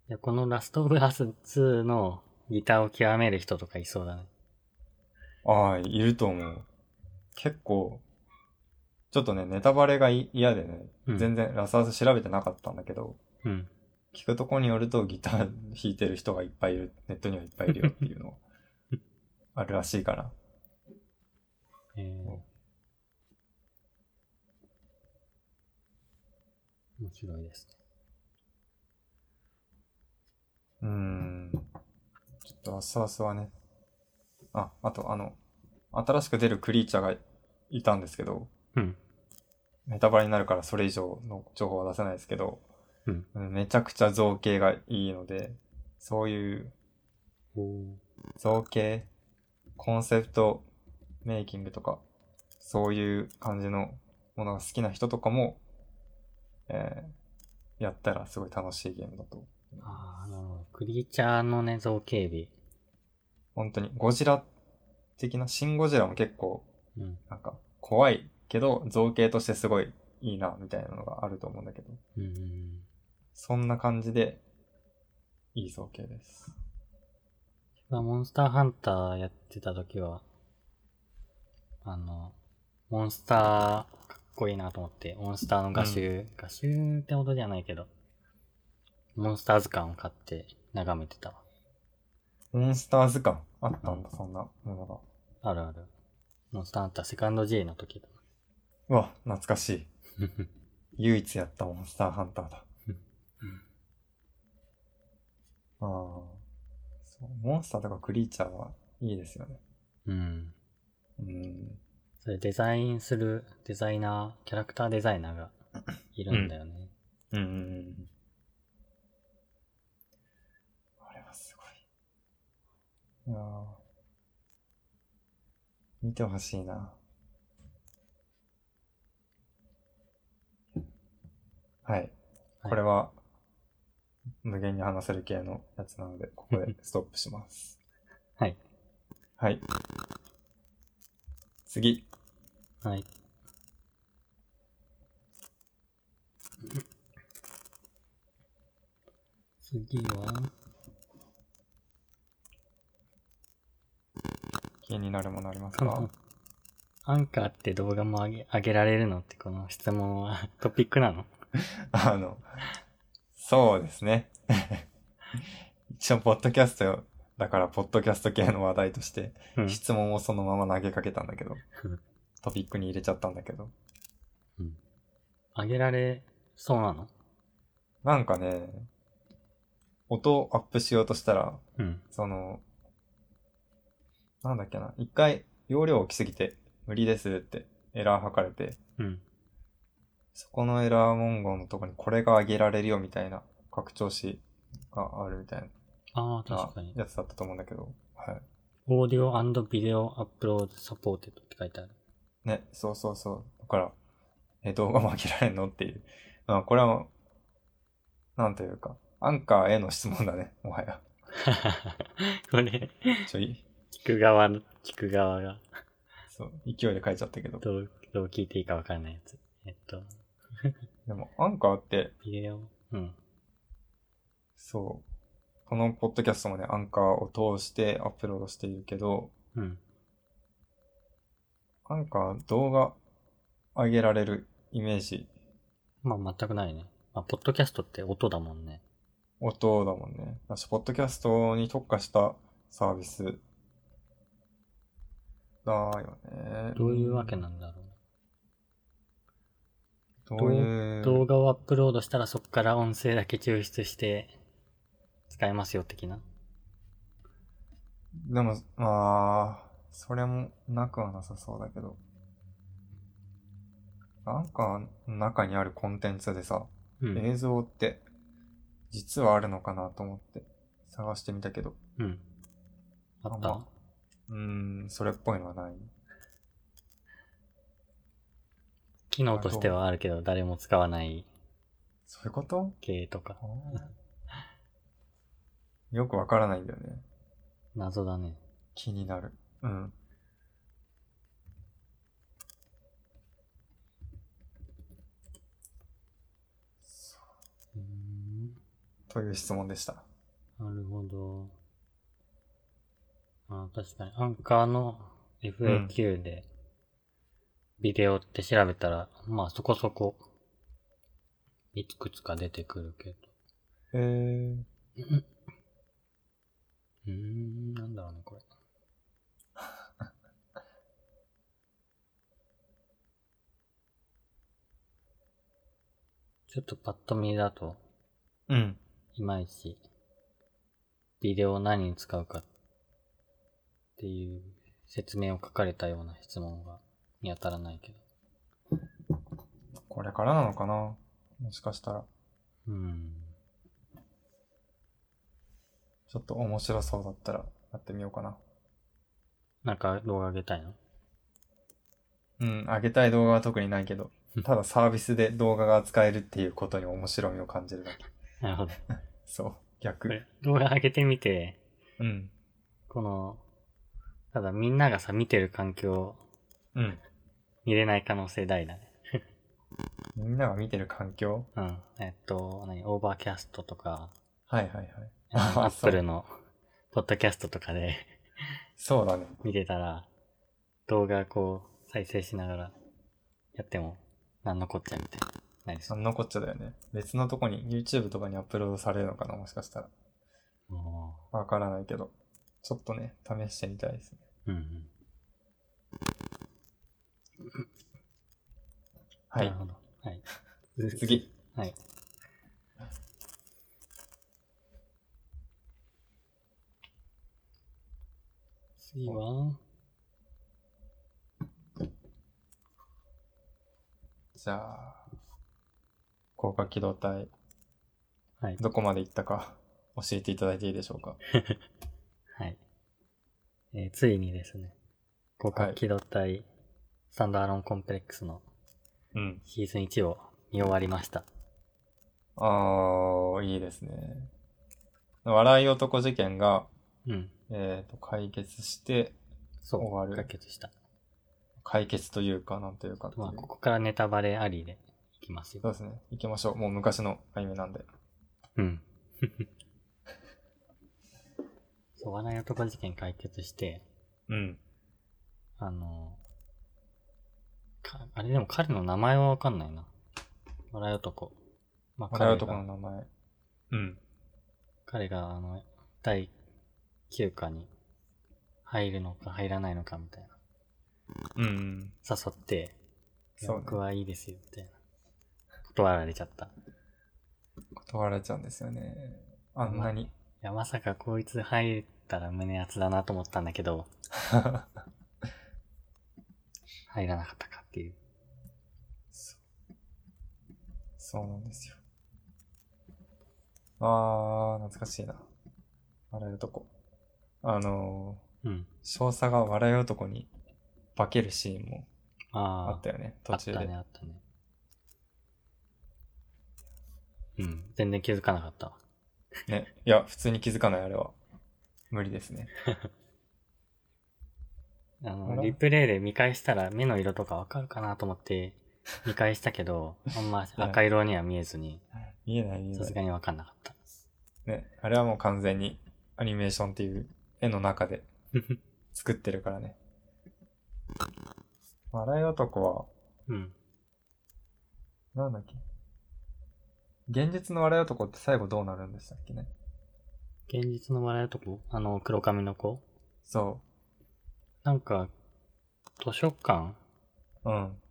Speaker 2: いや、このラストオブアス2のギターを極める人とかいそうだね。
Speaker 1: ああ、いると思う。結構、ちょっとね、ネタバレがい嫌でね、
Speaker 2: うん
Speaker 1: 全然ラスアス調べてなかったんだけど、
Speaker 2: うん。
Speaker 1: 聞くとこによるとギター弾いてる人がいっぱいいる、ネットにはいっぱいいるよっていう のは、あるらしいから。
Speaker 2: えー
Speaker 1: お
Speaker 2: 面白いですね。
Speaker 1: うーん。ちょっとラスアスはね、あ、あとあの、新しく出るクリーチャーがいたんですけど、
Speaker 2: うん。
Speaker 1: ネタバレになるからそれ以上の情報は出せないですけど、
Speaker 2: うん
Speaker 1: めちゃくちゃ造形がいいので、そういう
Speaker 2: おー
Speaker 1: 造形、コンセプトメイキングとか、そういう感じのものが好きな人とかも、えーやったらすごい楽しいゲームだと。
Speaker 2: ああ、なるほど。クリーチャーのね、造形美。
Speaker 1: 本当にゴジラ的な、シンゴジラも結構
Speaker 2: うん。
Speaker 1: なんか怖いけど造形としてすごいいいなみたいなのがあると思うんだけど、
Speaker 2: うん。
Speaker 1: そんな感じでいい造形です。
Speaker 2: まあ、モンスターハンターやってた時は、あの、モンスター、かっこいいなと思って、モンスターの画集、画集ってほどじゃないけど、モンスター図鑑を買って眺めてたわ。
Speaker 1: モンスター図鑑あったんだ、そんなものが。
Speaker 2: あるある。モンスターハンターセカンド G の時 だ。
Speaker 1: うわ、懐かしい。唯一やったモンスターハンターだ。ああ。そう、モンスターとかクリーチャーはいいですよね。
Speaker 2: うん。
Speaker 1: うん。
Speaker 2: それデザインするデザイナー、キャラクターデザイナーがいるんだよね。
Speaker 1: うんうんうん。あれはすごい。いやー見てほしいな。はい。これ
Speaker 2: は
Speaker 1: は、無限に話せる系のやつなので、ここ でストップします。
Speaker 2: はい。
Speaker 1: はい。次。
Speaker 2: い。はい。次は、
Speaker 1: 気になるものあります
Speaker 2: この
Speaker 1: か、
Speaker 2: アンカーって動画も上げ上げられるのってこの質問 はトピックなの
Speaker 1: あの、そうですね。 一応、ポッドキャストだから、ポッドキャスト系の話題として、
Speaker 2: うん。
Speaker 1: 質問をそのまま投げかけたんだけど
Speaker 2: うん、
Speaker 1: トピックに入れちゃったんだけど、
Speaker 2: 上げられそうなの
Speaker 1: なんかね、音をアップしようとしたら、
Speaker 2: うん。
Speaker 1: その、なんだっけな、一回容量大きすぎて無理ですってエラー測れて、
Speaker 2: うん。
Speaker 1: そこのエラー文言のとこにこれが上げられるよみたいな拡張子があるみたい
Speaker 2: ああ、
Speaker 1: な
Speaker 2: 確かに。
Speaker 1: やつだったと思うんだけど、は
Speaker 2: オーディオビデオアップロードサポーテッドって書いてある。
Speaker 1: い。ね、そうそうそう。だから、え、動画も上げられんのっていう。まあ、これはもう、なんというか、アンカーへの質問だね、も はや。
Speaker 2: これ、
Speaker 1: ちょい、
Speaker 2: 聞く側の、聞く側が、
Speaker 1: そう、勢いで書いちゃったけど。
Speaker 2: どう、どう聞いていいかわかんないやつ。えっと、
Speaker 1: でも、アンカーって、
Speaker 2: ビデオ、うん。
Speaker 1: そう。このポッドキャストもね、アンカーを通してアップロードしているけど、
Speaker 2: うん。
Speaker 1: アンカー動画上げられるイメージ、
Speaker 2: まあ、全くないね。まあ、ポッドキャストって音だもんね。
Speaker 1: 音だもんね。私、ポッドキャストに特化したサービスだよね。
Speaker 2: どういうわけなんだろ。
Speaker 1: どういうう、
Speaker 2: 動画をアップロードしたらそこから音声だけ抽出して、使えますよ、的な。
Speaker 1: でも、まあ、それもなくはなさそうだけど。アンカーの中にあるコンテンツでさ、
Speaker 2: うん。
Speaker 1: 映像って実はあるのかなと思って探してみたけど、
Speaker 2: うん。あっ
Speaker 1: あん
Speaker 2: た
Speaker 1: まうーん、それっぽいのはない。
Speaker 2: 機能としてはあるけど、誰も使わない
Speaker 1: そういうこと
Speaker 2: 系とか
Speaker 1: あ。ーよくわからないんだよね。
Speaker 2: 謎だね。
Speaker 1: 気になる。うん。
Speaker 2: うーん。
Speaker 1: という質問でした。
Speaker 2: なるほど。あ確かに、アンカーの FAQ で、ビデオって調べたら、まあそこそこ、いくつか出てくるけど。
Speaker 1: えー、
Speaker 2: うーん、なんだろうね、これ。 ちょっとパッと見だと、
Speaker 1: うん。
Speaker 2: いまいち、ビデオを何に使うかっていう説明を書かれたような質問が見当たらないけど。
Speaker 1: これからなのかなもしかしたら。
Speaker 2: うん。
Speaker 1: ちょっと面白そうだったらやってみようかな。
Speaker 2: なんか動画上げたいの
Speaker 1: うん、あげたい動画は特にないけど、ただサービスで動画が使えるっていうことに面白みを感じるだけ。
Speaker 2: なるほど。
Speaker 1: そう、
Speaker 2: こ
Speaker 1: 逆。
Speaker 2: れ動画上げてみて、
Speaker 1: うん。
Speaker 2: この、ただみんながさ、見てる環境
Speaker 1: うん。
Speaker 2: 見れない可能性大だね。
Speaker 1: みんなが見てる環境
Speaker 2: うん。えっと、何、オーバーキャストと か、
Speaker 1: はいはいはい。
Speaker 2: ア
Speaker 1: あ
Speaker 2: ッ
Speaker 1: そう
Speaker 2: プルの、ポッドキャストとかで
Speaker 1: そうだね。
Speaker 2: 見てたら、動画こう、再生しながら、やっても、なんのこっちゃみたいな。なりそ
Speaker 1: な
Speaker 2: う。
Speaker 1: んのこっちゃだよね。別のとこに YouTube とかにアップロードされるのかなもしかしたら。
Speaker 2: お
Speaker 1: わからないけど。ちょっとね、試してみたいですね。
Speaker 2: ーうんうん。
Speaker 1: は
Speaker 2: ないる。ほど。はい。
Speaker 1: 次。
Speaker 2: はい。次は、
Speaker 1: じゃあ、高架機動隊、
Speaker 2: はい。
Speaker 1: どこまで行ったか教えていただいていいでしょうか。
Speaker 2: はい。えーついにですね、広角機動隊、スタンドアロンコンプレックスの
Speaker 1: うん。
Speaker 2: シーズン1を見終わりました。
Speaker 1: ああ、いいですね。笑い男事件が、
Speaker 2: うん。
Speaker 1: えっ、と、解決して、
Speaker 2: そう。
Speaker 1: 終わる
Speaker 2: 解決した。
Speaker 1: 解決というか、なんというかっていう
Speaker 2: まあ、ここからネタバレありでいきま
Speaker 1: そ
Speaker 2: す
Speaker 1: う
Speaker 2: よ
Speaker 1: で。すね。行きましょう。もう昔のアニメなんで。
Speaker 2: うん。 そう、笑い男事件解決して、
Speaker 1: うん。
Speaker 2: あの、かあれでも彼の名前はわかんないな。笑い男。まあ、彼
Speaker 1: 笑
Speaker 2: が
Speaker 1: うとこの名前。うん。
Speaker 2: 彼が、あの、第9課に入るのか入らないのかみたいな。
Speaker 1: うんうん。
Speaker 2: 誘って、いや
Speaker 1: そうね
Speaker 2: 僕はいいですよ、みたいな。断られちゃった。い
Speaker 1: 断られちゃうんですよね。あんなに。
Speaker 2: や、まさかこいつ入ったら胸熱だなと思ったんだけど、入らなかったかっていう。
Speaker 1: そうなんですよ。あー、懐かしいな。笑うとこ。あの
Speaker 2: うん。
Speaker 1: ー、少佐が笑う男に化けるシーンもあ
Speaker 2: あ
Speaker 1: っ
Speaker 2: あ、
Speaker 1: たよね、
Speaker 2: あ
Speaker 1: 途
Speaker 2: っ
Speaker 1: 中
Speaker 2: た
Speaker 1: で。
Speaker 2: ね、あったね。うん。全然気づかなかったわ。
Speaker 1: ね。いや、普通に気づかない、あれは。無理ですね。
Speaker 2: あ
Speaker 1: あ
Speaker 2: の、
Speaker 1: ら
Speaker 2: リプレイで見返したら目の色とかわかるかなと 思って、見返したけど、あんま赤色には見えずに、
Speaker 1: 見えない、見え
Speaker 2: さ
Speaker 1: な
Speaker 2: す
Speaker 1: い
Speaker 2: が。にわかんなかった。
Speaker 1: ね、あれはもう完全にアニメーションっていう絵の中で作ってるからね。笑い男
Speaker 2: うん。
Speaker 1: は、なんだっけ現実の笑い男って最後どうなるんでしたっけね
Speaker 2: 現実の笑いとこ、あの、黒髪の子
Speaker 1: そ
Speaker 2: なんか、図書館
Speaker 1: う。うん。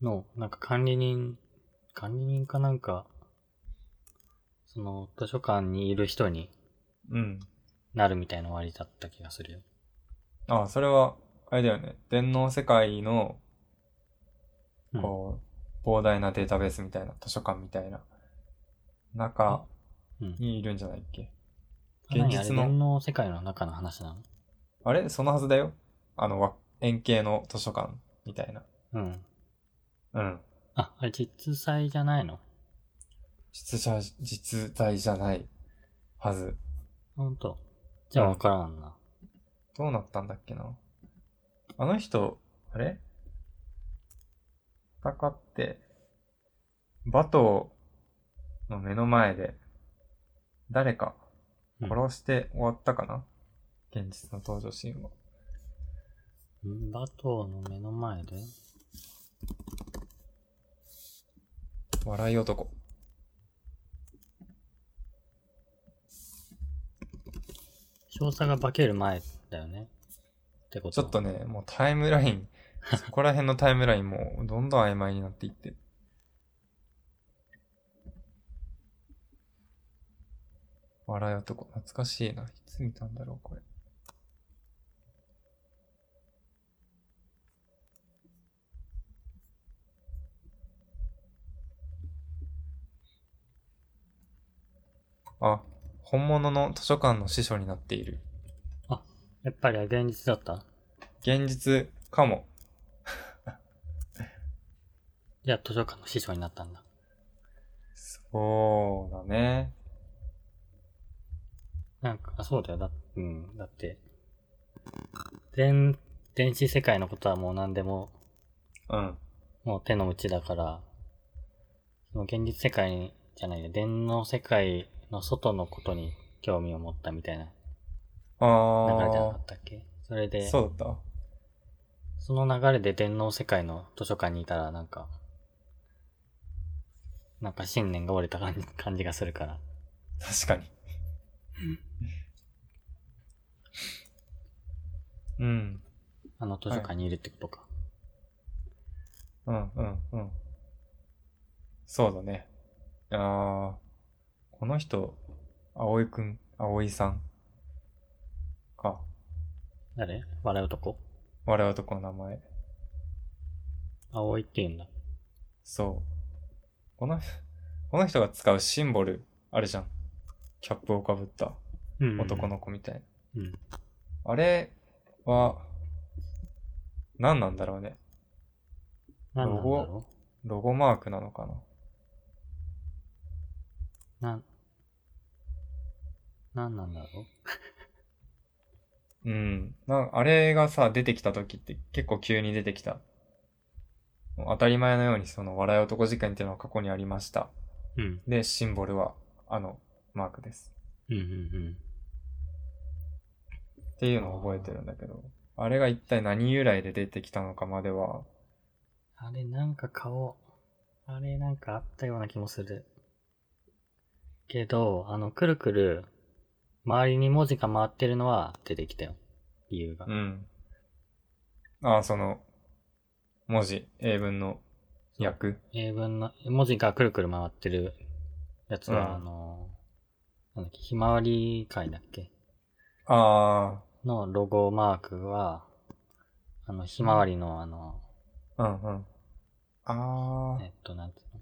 Speaker 2: の、なんか管理人、管理人かなんか、その、図書館にいる人に
Speaker 1: うん。
Speaker 2: なるみたいな終わりだった気がするよ。
Speaker 1: あ、それは、あれだよね。電脳世界の、こう、膨大なデータベースみたいな、図書館みたいな、中
Speaker 2: うん。うん。
Speaker 1: にいるんじゃないっけ
Speaker 2: 現
Speaker 1: 現
Speaker 2: 実
Speaker 1: 実
Speaker 2: の。
Speaker 1: の
Speaker 2: あれ電脳世界の中の話なの
Speaker 1: あれそのはずだよ。あの、わ円形の図書館みたいな。
Speaker 2: うん。
Speaker 1: うん。
Speaker 2: あ、あれ実際じゃないの
Speaker 1: 実在、実在じゃないはず。
Speaker 2: ほんと。じゃあわからんな。
Speaker 1: どうなったんだっけな。あの人、あれ戦って、バトーの目の前で、誰か殺して終わったかな、現実の登場シーンは。
Speaker 2: んバトーの目の前で
Speaker 1: 笑い男。
Speaker 2: 少佐が化ける前だよね。ってこと
Speaker 1: ちょっとね、もうタイムラ イン、そこら辺のタイムラインもうどんどん曖昧になっていって。笑い男、懐かしいな。いつ見たんだろう、これ。あ、本物の図書館の司書になっている。
Speaker 2: やっぱり現実だった
Speaker 1: 現実かも。
Speaker 2: じゃあ図書館の師匠になったんだ。
Speaker 1: そうだね。
Speaker 2: なんか、あそうだよ。だ,、うん、だって、電、電子世界のことはもう何でも、
Speaker 1: うん。
Speaker 2: もう手の内だから、その現実世界じゃないや、電脳世界の外のことに興味を持ったみたいな流れじゃな
Speaker 1: あ
Speaker 2: かったっけそれ
Speaker 1: あ、
Speaker 2: で、
Speaker 1: そうだっ
Speaker 2: その流れで電脳世界の図書館にいたら、なんか、なんか信念が折れた感じ感じがするから。
Speaker 1: た。確かに。うん。
Speaker 2: あの図書館にいるってことか。
Speaker 1: うん、うん、うん。そうだね。ああ、この人、葵くん、葵さん。か。
Speaker 2: 誰笑うとこ
Speaker 1: 笑うとこの名前。
Speaker 2: 葵って言うんだ。
Speaker 1: そう。この、この人が使うシンボル、あるじゃん。キャップをかぶった
Speaker 2: うん
Speaker 1: 男。の子みたいな。
Speaker 2: うん。
Speaker 1: あれは、何なんだろうね。
Speaker 2: なんなんだろ
Speaker 1: ロゴマークなのかな。
Speaker 2: うなん、なんなんだろ
Speaker 1: うん。なんあれがさ、出てきた時って結構急に出てきた。当たり前のようにその笑い男事件っていうのは過去にありました。
Speaker 2: ううん。
Speaker 1: で、シンボルはあのマークです。
Speaker 2: うんうん
Speaker 1: っていうのを覚えてるんだけど、あれが一体何由来で出てきたのかまでは、
Speaker 2: うん。あれ、なんか顔、あれ、なんかあったような気もする。けど、あの、くるくる、周りに文字が回ってるのは出てきたよ。理由が。
Speaker 1: うん。ああ、その、文字、英文の訳
Speaker 2: 英文の、文字がくるくる回ってるやつ
Speaker 1: う
Speaker 2: は、
Speaker 1: ん
Speaker 2: あの、なんだっけ、ひまわり会だっけ
Speaker 1: あ
Speaker 2: のロゴマークは、あの、ひまわりのあの、
Speaker 1: あ、うんうん。ああ
Speaker 2: え、っと、なんていうの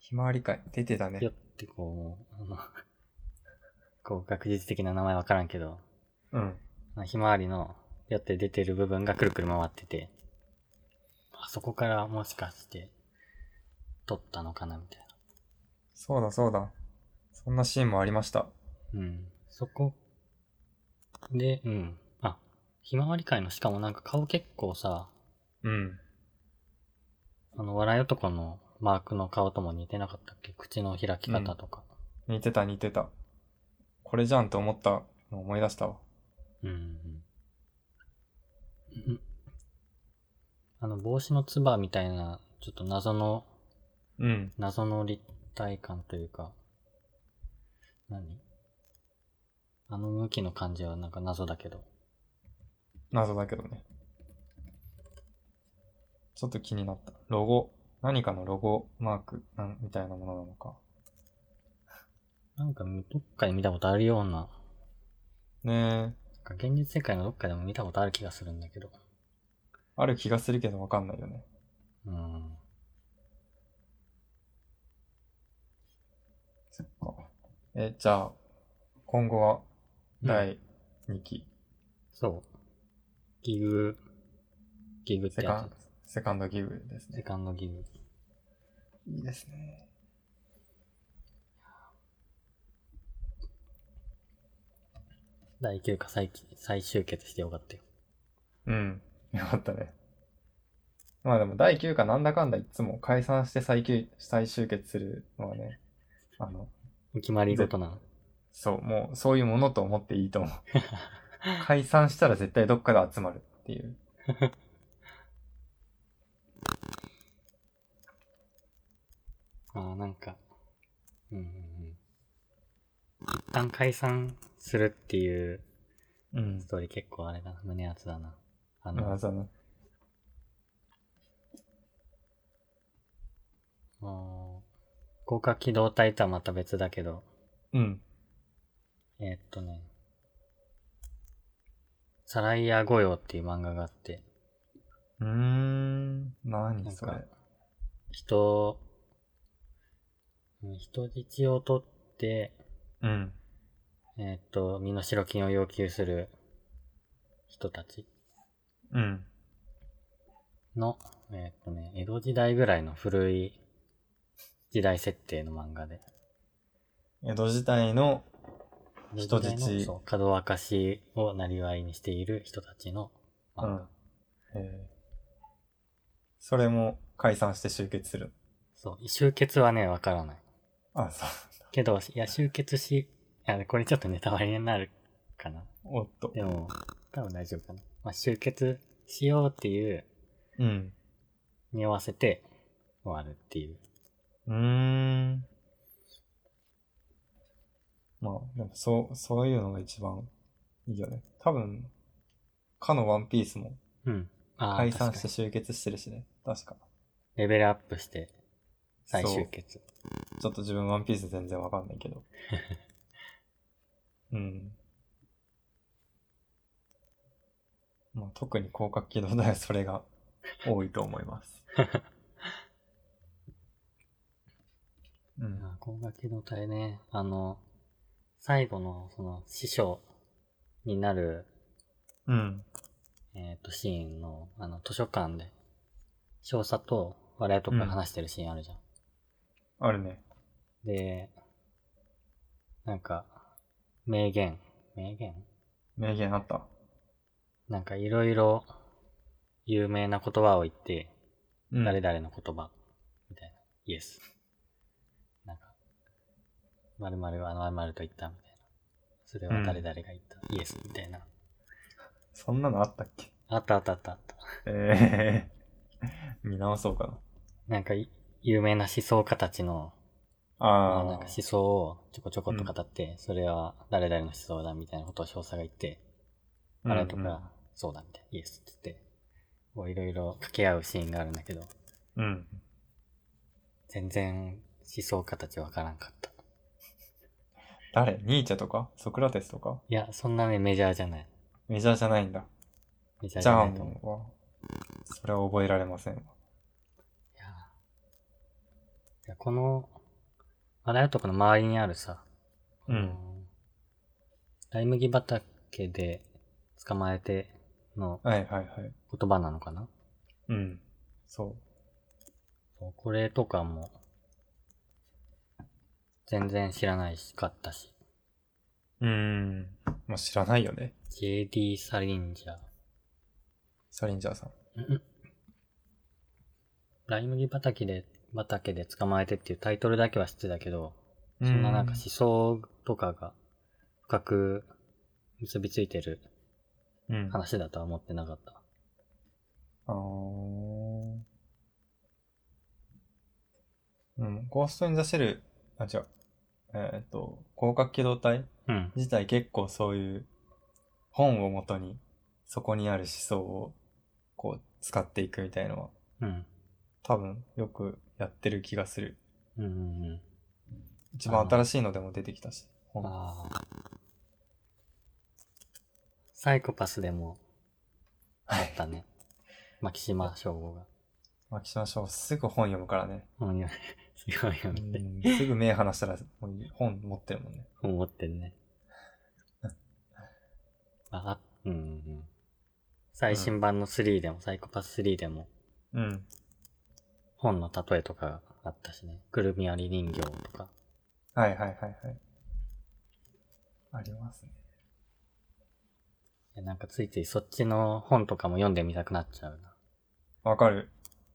Speaker 1: ひまわり会、出てた
Speaker 2: ぴよ
Speaker 1: ね
Speaker 2: っ。てこう、あの、 こう、学術的な名前わからんけど、
Speaker 1: うん。
Speaker 2: あのひまわりの、ぴよって出てる部分がくるくる回ってて、あそこからもしかして、取ったのかな、みたいな。
Speaker 1: そうだそうだ。そんなシーンもありました。
Speaker 2: うん。そこ、で、うん。あ、ひまわり会のしかもなんか顔結構さ、
Speaker 1: うん。
Speaker 2: あの、笑い男のマークの顔とも似てなかったっけ口の開き方とか。
Speaker 1: 似てた似てた。これじゃんと思ったのを思い出したわ。
Speaker 2: うん。うんうんあの、帽子のつばみたいな、ちょっと謎の、
Speaker 1: うん。
Speaker 2: 謎の立体感というか、何あの向きの感じはなんか謎だけど。
Speaker 1: 謎だけどね。ちょっと気になった。ロゴ。何かのロゴマークなんみたいなものなのか。
Speaker 2: なんかどっかで見たことあるような、
Speaker 1: ねえ。
Speaker 2: なんか現実世界のどっかでも見たことある気がするんだけど。
Speaker 1: ある気がするけどわかんないよね。
Speaker 2: うん。
Speaker 1: そっか。え、じゃあ、今後は第2期、
Speaker 2: そう。ギグ、ギグっ
Speaker 1: セ
Speaker 2: て
Speaker 1: カン
Speaker 2: や、
Speaker 1: セカンドギブです
Speaker 2: つ。セ
Speaker 1: ね。
Speaker 2: カンドギグ。
Speaker 1: いいですね。
Speaker 2: 第9回再起再集結してよかったよ。
Speaker 1: うん。 よかったね。まあでも第9巻なんだかんだいつも解散して再休再集結するのはね、あの、
Speaker 2: お決まり事なの。
Speaker 1: そう、もうそういうものと思っていい と思う。解散したら絶対どっかで集まるっていう。
Speaker 2: ああ、なんか、うんうんうん。一旦解散するっていう
Speaker 1: うん
Speaker 2: ス。トーリー結構あれだな、胸熱だな。あ
Speaker 1: ま
Speaker 2: の
Speaker 1: あ、、そうね。
Speaker 2: もう高架機動隊とはまた別だけど、
Speaker 1: うん。
Speaker 2: えーっとね、サライヤ御用っていう漫画があって、
Speaker 1: うーん。何それ
Speaker 2: なん。人、うん人質を取って、
Speaker 1: うん。
Speaker 2: えーっと、身代金を要求する人たち
Speaker 1: うん。
Speaker 2: の、えーっとね、江戸時代ぐらいの古い時代設定の漫画で。
Speaker 1: 江戸時代の、人質
Speaker 2: 江戸時代のそう、角明かしをなりわいにしている人たちの漫
Speaker 1: う
Speaker 2: 画。
Speaker 1: ん。えーそれも解散して集結する。
Speaker 2: そう、集結はね、わからない。
Speaker 1: あ、そう。
Speaker 2: けど、いや、集結し、いや、これちょっとネタバレになるかな。
Speaker 1: おっと。
Speaker 2: でも、多分大丈夫かな。まあ、集結しようっていう、
Speaker 1: うん。
Speaker 2: 匂わせて終わるっていう。
Speaker 1: うーん。まあ、でもそう、そういうのが一番いいよね。多分、かのワンピースも
Speaker 2: うん。あー
Speaker 1: 解散し
Speaker 2: 確か
Speaker 1: て
Speaker 2: に
Speaker 1: 集結してるしね。確か。
Speaker 2: レベルアップして、再
Speaker 1: そう
Speaker 2: 集結。
Speaker 1: ちょっと自分ワンピース全然わかんないけ ど。うん。 まあ、特に広角機動だよ、それが多いと思います。うん。
Speaker 2: あ高画機動隊ね、あの、最後の、その、師匠になる、
Speaker 1: うん。
Speaker 2: えっ、と、シーンの、あの、図書館で、少佐と笑いとか話してるシーンあるじゃん。
Speaker 1: あるね。
Speaker 2: で、なんか、名言、名言
Speaker 1: 名言あった。
Speaker 2: なんかいろいろ有名な言葉を言って、
Speaker 1: うん。
Speaker 2: 誰々の言葉、みたいな。イエス。なんか、〇〇はあの〇〇と言った、みたいな。それは誰々が言った、イエス、みたいな。
Speaker 1: そんなのあったっけ
Speaker 2: あったあったあったあった。
Speaker 1: ええ 見直そうか
Speaker 2: なんかい、有名な思想家たちの、
Speaker 1: な。
Speaker 2: ま
Speaker 1: あ
Speaker 2: あ
Speaker 1: あ。
Speaker 2: なんか思想をちょこちょこっと語って、それは誰々の思想だ、みたいなことを少佐が言って、あれとか、そうだみたいな、イエスって言って、こういろいろ掛け合うシーンがあるんだけど、
Speaker 1: うん。うん。
Speaker 2: 全然思想家たちわからんかった。
Speaker 1: 誰ニーチェとかソクラテスとか
Speaker 2: いや、そんなね、メジャーじゃない。
Speaker 1: メジャーじゃないんだ。
Speaker 2: メジャー
Speaker 1: じ
Speaker 2: じゃ
Speaker 1: ゃあ
Speaker 2: ないと思う。
Speaker 1: もうわ、それは覚えられませんわ。
Speaker 2: いやいやこの、マラヤトコの周りにあるさ、
Speaker 1: うん
Speaker 2: あの。ライ麦畑で捕まえての
Speaker 1: はいはいはい。
Speaker 2: 言葉なのかな
Speaker 1: うん。そ
Speaker 2: そうこれとかも、全然知らないしかったし、
Speaker 1: う。うーん。まあ、知らないよね。
Speaker 2: JD サリンジャー。
Speaker 1: サリンジャーさん。
Speaker 2: ライ麦畑で、畑で捕まえてっていうタイトルだけは知ってたけど、そんななんか思想とかが深く結びついてる
Speaker 1: うん。あ
Speaker 2: 話だとは思ってなかった。
Speaker 1: ーうん。ゴースト・イン・ザ・シェル、あ、違う。えっ、と、広角機動隊
Speaker 2: うん。
Speaker 1: 自体結構そういう本をもとにそこにある思想をこう使っていくみたいのは
Speaker 2: うん。
Speaker 1: 多分よくやってる気がする。
Speaker 2: うんうんうん。
Speaker 1: 一番新しいのでも出てきたし。本
Speaker 2: ああ。サイコパスでもあったね。牧島省吾が。
Speaker 1: 牧島翔すぐ本読むからね。
Speaker 2: うん、よ すごいよねって
Speaker 1: うんすぐ目離したらもう本持ってるもんね。
Speaker 2: 思っ てんね。あ、うんうんうん。最新版の3でも、サイコパス3でも、
Speaker 1: うん。
Speaker 2: 本の例えとかあったしね。くるみ割り人形とか。
Speaker 1: はいはいはいはい。ありますね。
Speaker 2: いやなんかついついそっちの本とかも読んでみたくなっちゃう
Speaker 1: わかる。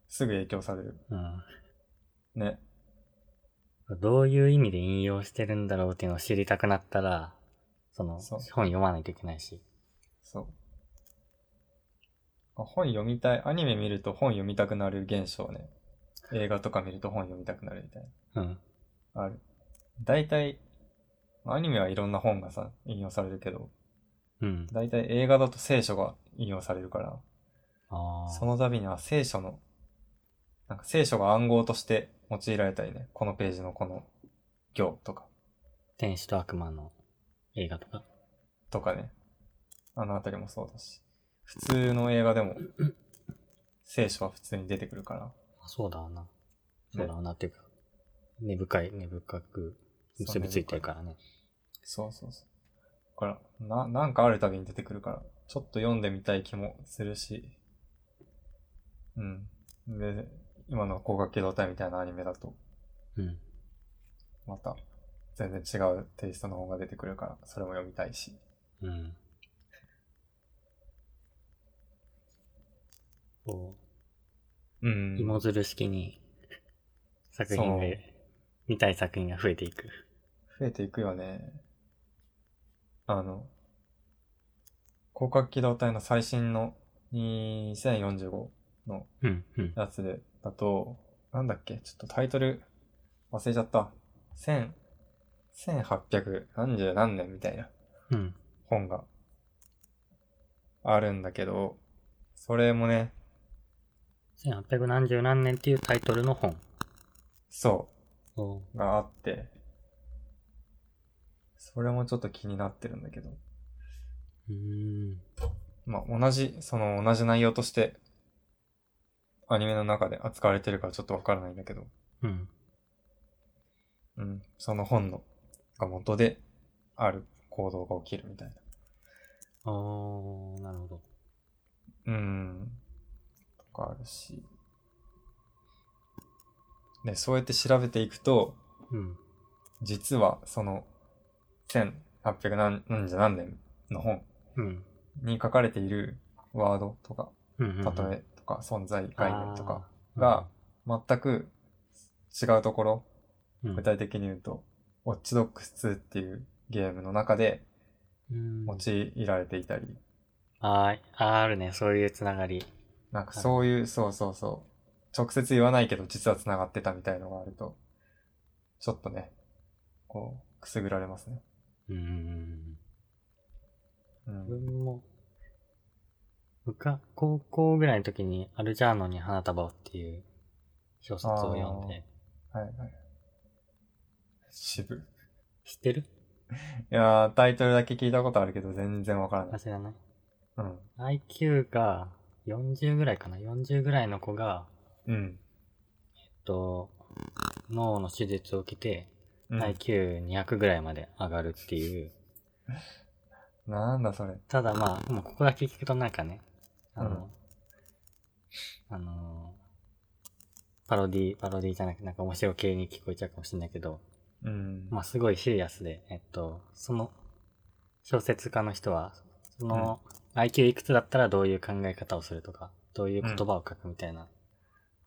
Speaker 1: すぐ影響される。
Speaker 2: な。
Speaker 1: ね。
Speaker 2: うん。どういう意味で引用してるんだろうっていうのを知りたくなったら、その、
Speaker 1: そう
Speaker 2: 本読まないといけないし。
Speaker 1: そう。あ本読みたい。アニメ見ると本読みたくなる現象ね。映画とか見ると本読みたくなるみたい
Speaker 2: うん。
Speaker 1: な。ある。大体、まあアニメはいろんな本がさ、引用されるけど、
Speaker 2: うん。
Speaker 1: 大体映画だと聖書が引用されるから、
Speaker 2: ああ。
Speaker 1: その度には聖書の、なんか聖書が暗号として用いられたりね。このページのこの行とか、
Speaker 2: 天使と悪魔の映画とか。
Speaker 1: とかね。あのあたりもそうだし。普通の映画でも、聖書は普通に出てくるから。
Speaker 2: あそうだわな。そうだわなっていうか、根深い、根深く結びついてるからね。
Speaker 1: そうそうそう。だから、な、なんかあるたびに出てくるから、ちょっと読んでみたい気もするし、うん。で、今の高学機動隊みたいなアニメだと、
Speaker 2: うん。
Speaker 1: また、全然違うテイストの方が出てくるから、それも読みたいし。
Speaker 2: うん。こ
Speaker 1: うん
Speaker 2: う、芋づる式に作品で、見たい作品が増えていく。
Speaker 1: 増えていくよね。あの、広角機動隊の最新の2045の
Speaker 2: うん、うん。
Speaker 1: やつで、だと、なんだっけ、ちょっとタイトル忘れちゃった。千、1800何十何年みたいな
Speaker 2: うん。
Speaker 1: 本があるんだけど、それもね、
Speaker 2: 1800何十何年っていうタイトルの本。
Speaker 1: そ
Speaker 2: おう
Speaker 1: う、があって、それもちょっと気になってるんだけど、
Speaker 2: うーん。
Speaker 1: まあ、同じ、その同じ内容として、アニメの中で扱われてるからちょっとわからないんだけど、
Speaker 2: うん。
Speaker 1: うん、その本のが元である行動が起きるみたいな。
Speaker 2: おー、なるほど。
Speaker 1: うん。とかあるし。で、そうやって調べていくと、
Speaker 2: うん。
Speaker 1: 実はその1800何何じゃ何年の本
Speaker 2: うん。
Speaker 1: に書かれているワードとか、
Speaker 2: うんうんうん。
Speaker 1: 例えとか存在概念とか
Speaker 2: あー
Speaker 1: が、全く違うところ、
Speaker 2: うん
Speaker 1: 具体的に言うと、ウォッチドックス2っていうゲームの中で
Speaker 2: うん
Speaker 1: 用いられていたり、
Speaker 2: あーあるね、そういうつながり。
Speaker 1: なんかそういう、そうそうそう。直接言わないけど実は繋がってたみたいのがあると、ちょっとね、こう、くすぐられますね。
Speaker 2: うんうんうん。
Speaker 1: う
Speaker 2: 自
Speaker 1: ん。
Speaker 2: 分も、むか、高校ぐらいの時に、アルジャーノに花束をっていう小説を読んで、
Speaker 1: はいはい。渋。
Speaker 2: 知ってる
Speaker 1: いやー、タイトルだけ聞いたことあるけど全然わからな
Speaker 2: あ、
Speaker 1: い。
Speaker 2: 知らない
Speaker 1: うん。
Speaker 2: ?IQ が40ぐらいかな ?40 ぐらいの子が、
Speaker 1: うん。
Speaker 2: えっと、脳の手術を受けて、
Speaker 1: うん
Speaker 2: IQ200 ぐらいまで上がるっていう。
Speaker 1: なんだそれ。
Speaker 2: ただまあ、もうここだけ聞くとなんかね、あ
Speaker 1: うん
Speaker 2: の、あのー、パロディ、パロディじゃなくてなんか面白系に聞こえちゃうかもしれないけど、
Speaker 1: うん。
Speaker 2: まあすごいシリアスで、えっと、その、小説家の人は、その、IQ いくつだったらどういう考え方をするとか、どういう言葉を書くみたいな、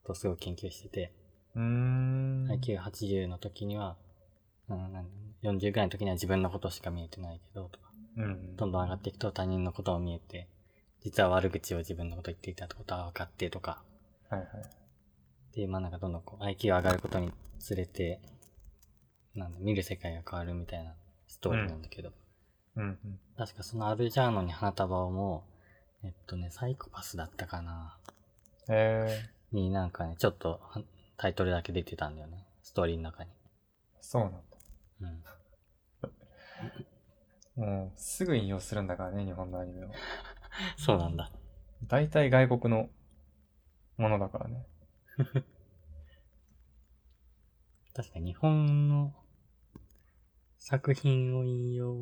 Speaker 2: ことをすごい研究してて、
Speaker 1: うーん。
Speaker 2: IQ80 の時には、うん、なん40ぐらいの時には自分のことしか見えてないけど、とか、
Speaker 1: うん。
Speaker 2: どんどん上がっていくと他人のことを見えて、実は悪口を自分のこと言っていたってことは分かってとか、
Speaker 1: はいはい。
Speaker 2: っていう、まあなんかどんどんこう IQ が上がることにつれて、なんだ、見る世界が変わるみたいなストーリーなんだけど、
Speaker 1: うん。
Speaker 2: 確かそのアルジャーノに花束をも、えっとね、サイコパスだったかな、
Speaker 1: えー、
Speaker 2: になんかね、ちょっとはタイトルだけ出てたんだよね、ストーリーの中に。
Speaker 1: そうなんだ。
Speaker 2: うん。
Speaker 1: もう、すぐ引用するんだからね、日本のアニメは。
Speaker 2: そうなんだ。
Speaker 1: 大体外国のものだからね。
Speaker 2: 確か日本の作品を引用、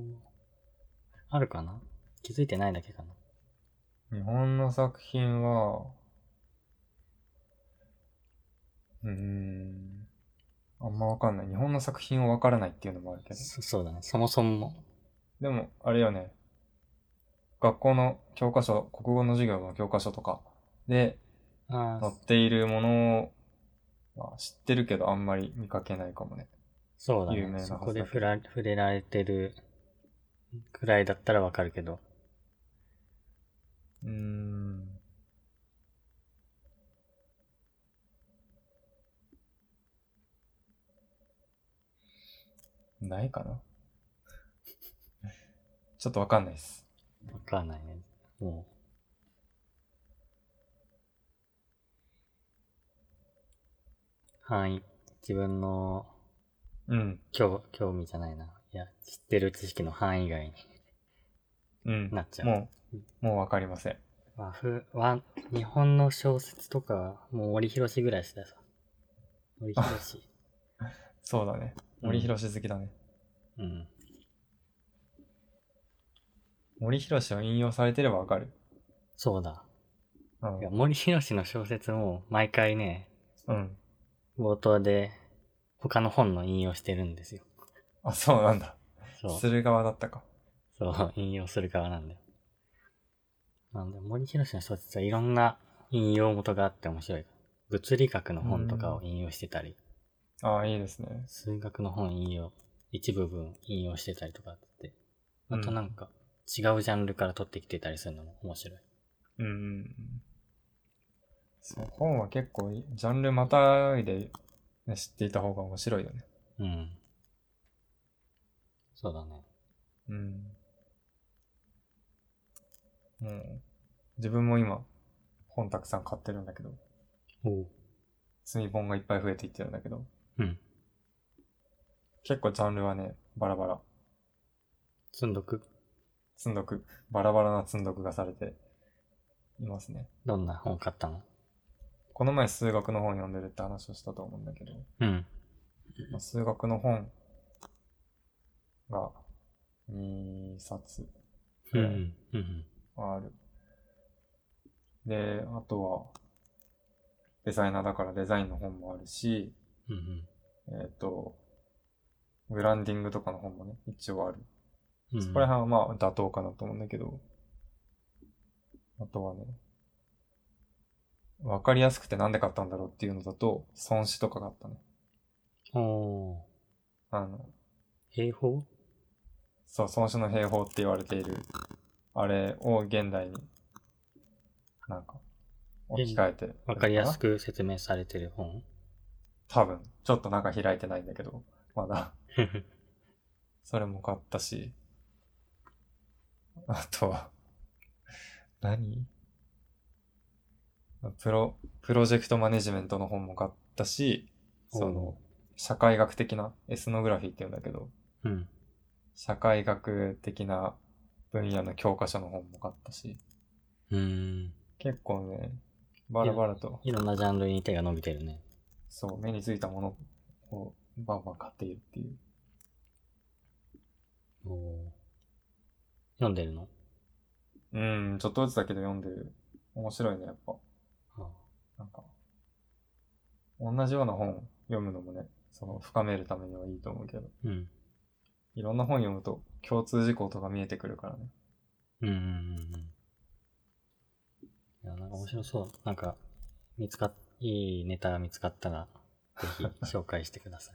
Speaker 2: あるかな気づいてないだけかな。
Speaker 1: 日本の作品は、うーん、あんまわかんない。日本の作品をわからないっていうのもあるけど。
Speaker 2: そそうだね、そもそも。
Speaker 1: でも、あれよね。学校の教科書、国語の授業の教科書とかで
Speaker 2: あ
Speaker 1: 載
Speaker 2: あ
Speaker 1: っ、ているものは知ってるけど、あんまり見かけないかもね。
Speaker 2: そうだ
Speaker 1: 有名な
Speaker 2: ね。
Speaker 1: はずだ
Speaker 2: そこで触ら触れられてるくらいだったらわかるけど。
Speaker 1: うーん。ないかな ちょっとわかんないです。
Speaker 2: わかんないね。もう。範囲、自分の
Speaker 1: うん。
Speaker 2: 興興味じゃないな。いや、知ってる知識の範囲外に
Speaker 1: うん。
Speaker 2: なっちゃう。
Speaker 1: もう、もうわかりません。
Speaker 2: 和風、和、日本の小説とか、もう森博ぐらいしたさ。森博
Speaker 1: そうだね。
Speaker 2: うん
Speaker 1: 森博好きだね。
Speaker 2: うん。
Speaker 1: 森博を引用されてればわかる。
Speaker 2: そうだ。
Speaker 1: う
Speaker 2: いや
Speaker 1: ん。
Speaker 2: 森博の小説も、毎回ね、
Speaker 1: うん。
Speaker 2: 冒頭で、他の本の引用してるんですよ。
Speaker 1: あ、そうなんだ。
Speaker 2: そう。
Speaker 1: する側だったか。
Speaker 2: そう、引用する側なんだよ。なんで、森博の小説はいろんな引用元があって面白い。物理学の本とかを引用してたり、
Speaker 1: ああ、いいですね。
Speaker 2: 数学の本引用、一部分引用してたりとかあって、あとなんか違うジャンルから取ってきてたりするのも面白い。
Speaker 1: うんうんうん。そう、本は結構い、ジャンルまたいで、ね、知っていた方が面白いよね。
Speaker 2: うん。そうだね。
Speaker 1: うん。もう、自分も今、本たくさん買ってるんだけど、
Speaker 2: お
Speaker 1: 積み本がいっぱい増えていってるんだけど、
Speaker 2: うん。
Speaker 1: 結構ジャンルはね、バラバラ。
Speaker 2: 積んどく
Speaker 1: 積んどく、バラバラな積んどくがされていますね。
Speaker 2: どんな本買ったの
Speaker 1: この前数学の本読んでるって話をしたと思うんだけど、
Speaker 2: うん。
Speaker 1: まあ数学の本が2冊
Speaker 2: う
Speaker 1: うんん。
Speaker 2: うん。
Speaker 1: ある。で、あとは、デザイナーだからデザインの本もあるし、
Speaker 2: うん。
Speaker 1: えっ、と、ブランディングとかの本もね、一応ある。
Speaker 2: うん。
Speaker 1: そこら辺はまあ妥当かなと思うんだけど、あとはね、わかりやすくてなんで買ったんだろうっていうのだと、損失とかがあったね。
Speaker 2: おー。
Speaker 1: あの、
Speaker 2: 平方
Speaker 1: そう、孫子の兵法って言われている、あれを現代に、なんか、置き換えて。
Speaker 2: わかりやす。く説明されてる 本
Speaker 1: 多分、ちょっとなんか開いてないんだけど、まだ、それも買ったし、あとは、何プロ、プロジェクトマネジメントの本も買ったし、その、社会学的な、エスノグラフィーって言うんだけど、
Speaker 2: うん。
Speaker 1: 社会学的な分野の教科書の本も買ったし、
Speaker 2: うーん。
Speaker 1: 結構ね、バラバラと、
Speaker 2: いろんなジャンルに手が伸びてるね。
Speaker 1: そう、目についたものをバンバン買っているっていう。
Speaker 2: おー。読んでるの
Speaker 1: うん、ちょっとずつだけど読んでる。面白いね、やっぱ。
Speaker 2: あ
Speaker 1: なんか、同じような本読むのもね、その深めるためにはいいと思うけど、
Speaker 2: うん。
Speaker 1: いろんな本読むと共通事項とか見えてくるからね。
Speaker 2: うんうんうんうん。いや、なんか面白そう。なんか、見つかっ、いいネタが見つかったら、ぜ ひ紹介してくださ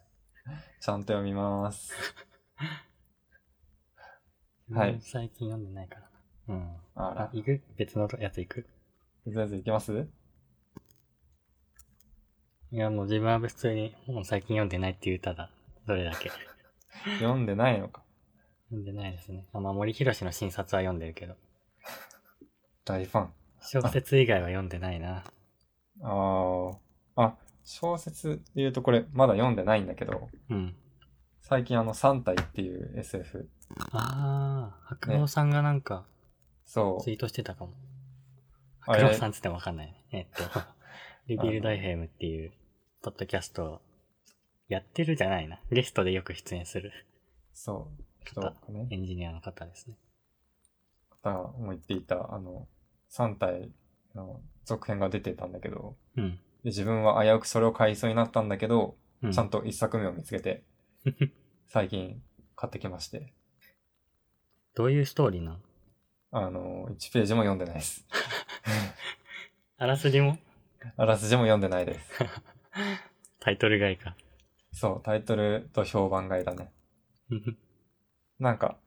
Speaker 1: ちゃんと読みます。
Speaker 2: い。
Speaker 1: はい
Speaker 2: うん最近読んでないからな。うん。
Speaker 1: あ
Speaker 2: あ
Speaker 1: ら、、
Speaker 2: 行く別のやつ行く
Speaker 1: 全然いきます
Speaker 2: いや、もう自分は普通に、もう最近読んでないっていう歌だ。どれだけ。
Speaker 1: 読んでないのか。
Speaker 2: 読んでないですね。あまあ、森博の新冊は読んでるけど。
Speaker 1: 大ファン。
Speaker 2: 小説以外は読んでないな。
Speaker 1: ああ、あ、小説で言うとこれ、まだ読んでないんだけど、
Speaker 2: うん。
Speaker 1: 最近あの、三体っていう SF。
Speaker 2: あー、白鵬さんがなんか、
Speaker 1: そ
Speaker 2: ツイートしてたかも。
Speaker 1: あれ
Speaker 2: 白鵬さんつってもわかんないね。えっと、 リビルダイヘムっていう、ポッドキャストを、やってるじゃないな。ゲストでよく出演する
Speaker 1: う、そう、人がね
Speaker 2: エ、ンジニアの方ですね。
Speaker 1: 方も言っていた、あの、三体の続編が出てたんだけど、
Speaker 2: うん。
Speaker 1: で自分は危うくそれを買いそうになったんだけど、
Speaker 2: う
Speaker 1: ちゃんと一作目を見つけて、最近買ってきまして、
Speaker 2: どういうストーリーなの
Speaker 1: あの、1ページも読んでないです。
Speaker 2: あらすじも
Speaker 1: あらすじも読んでないです。
Speaker 2: タイトル外か。
Speaker 1: そう、タイトルと評判外だね。なんか、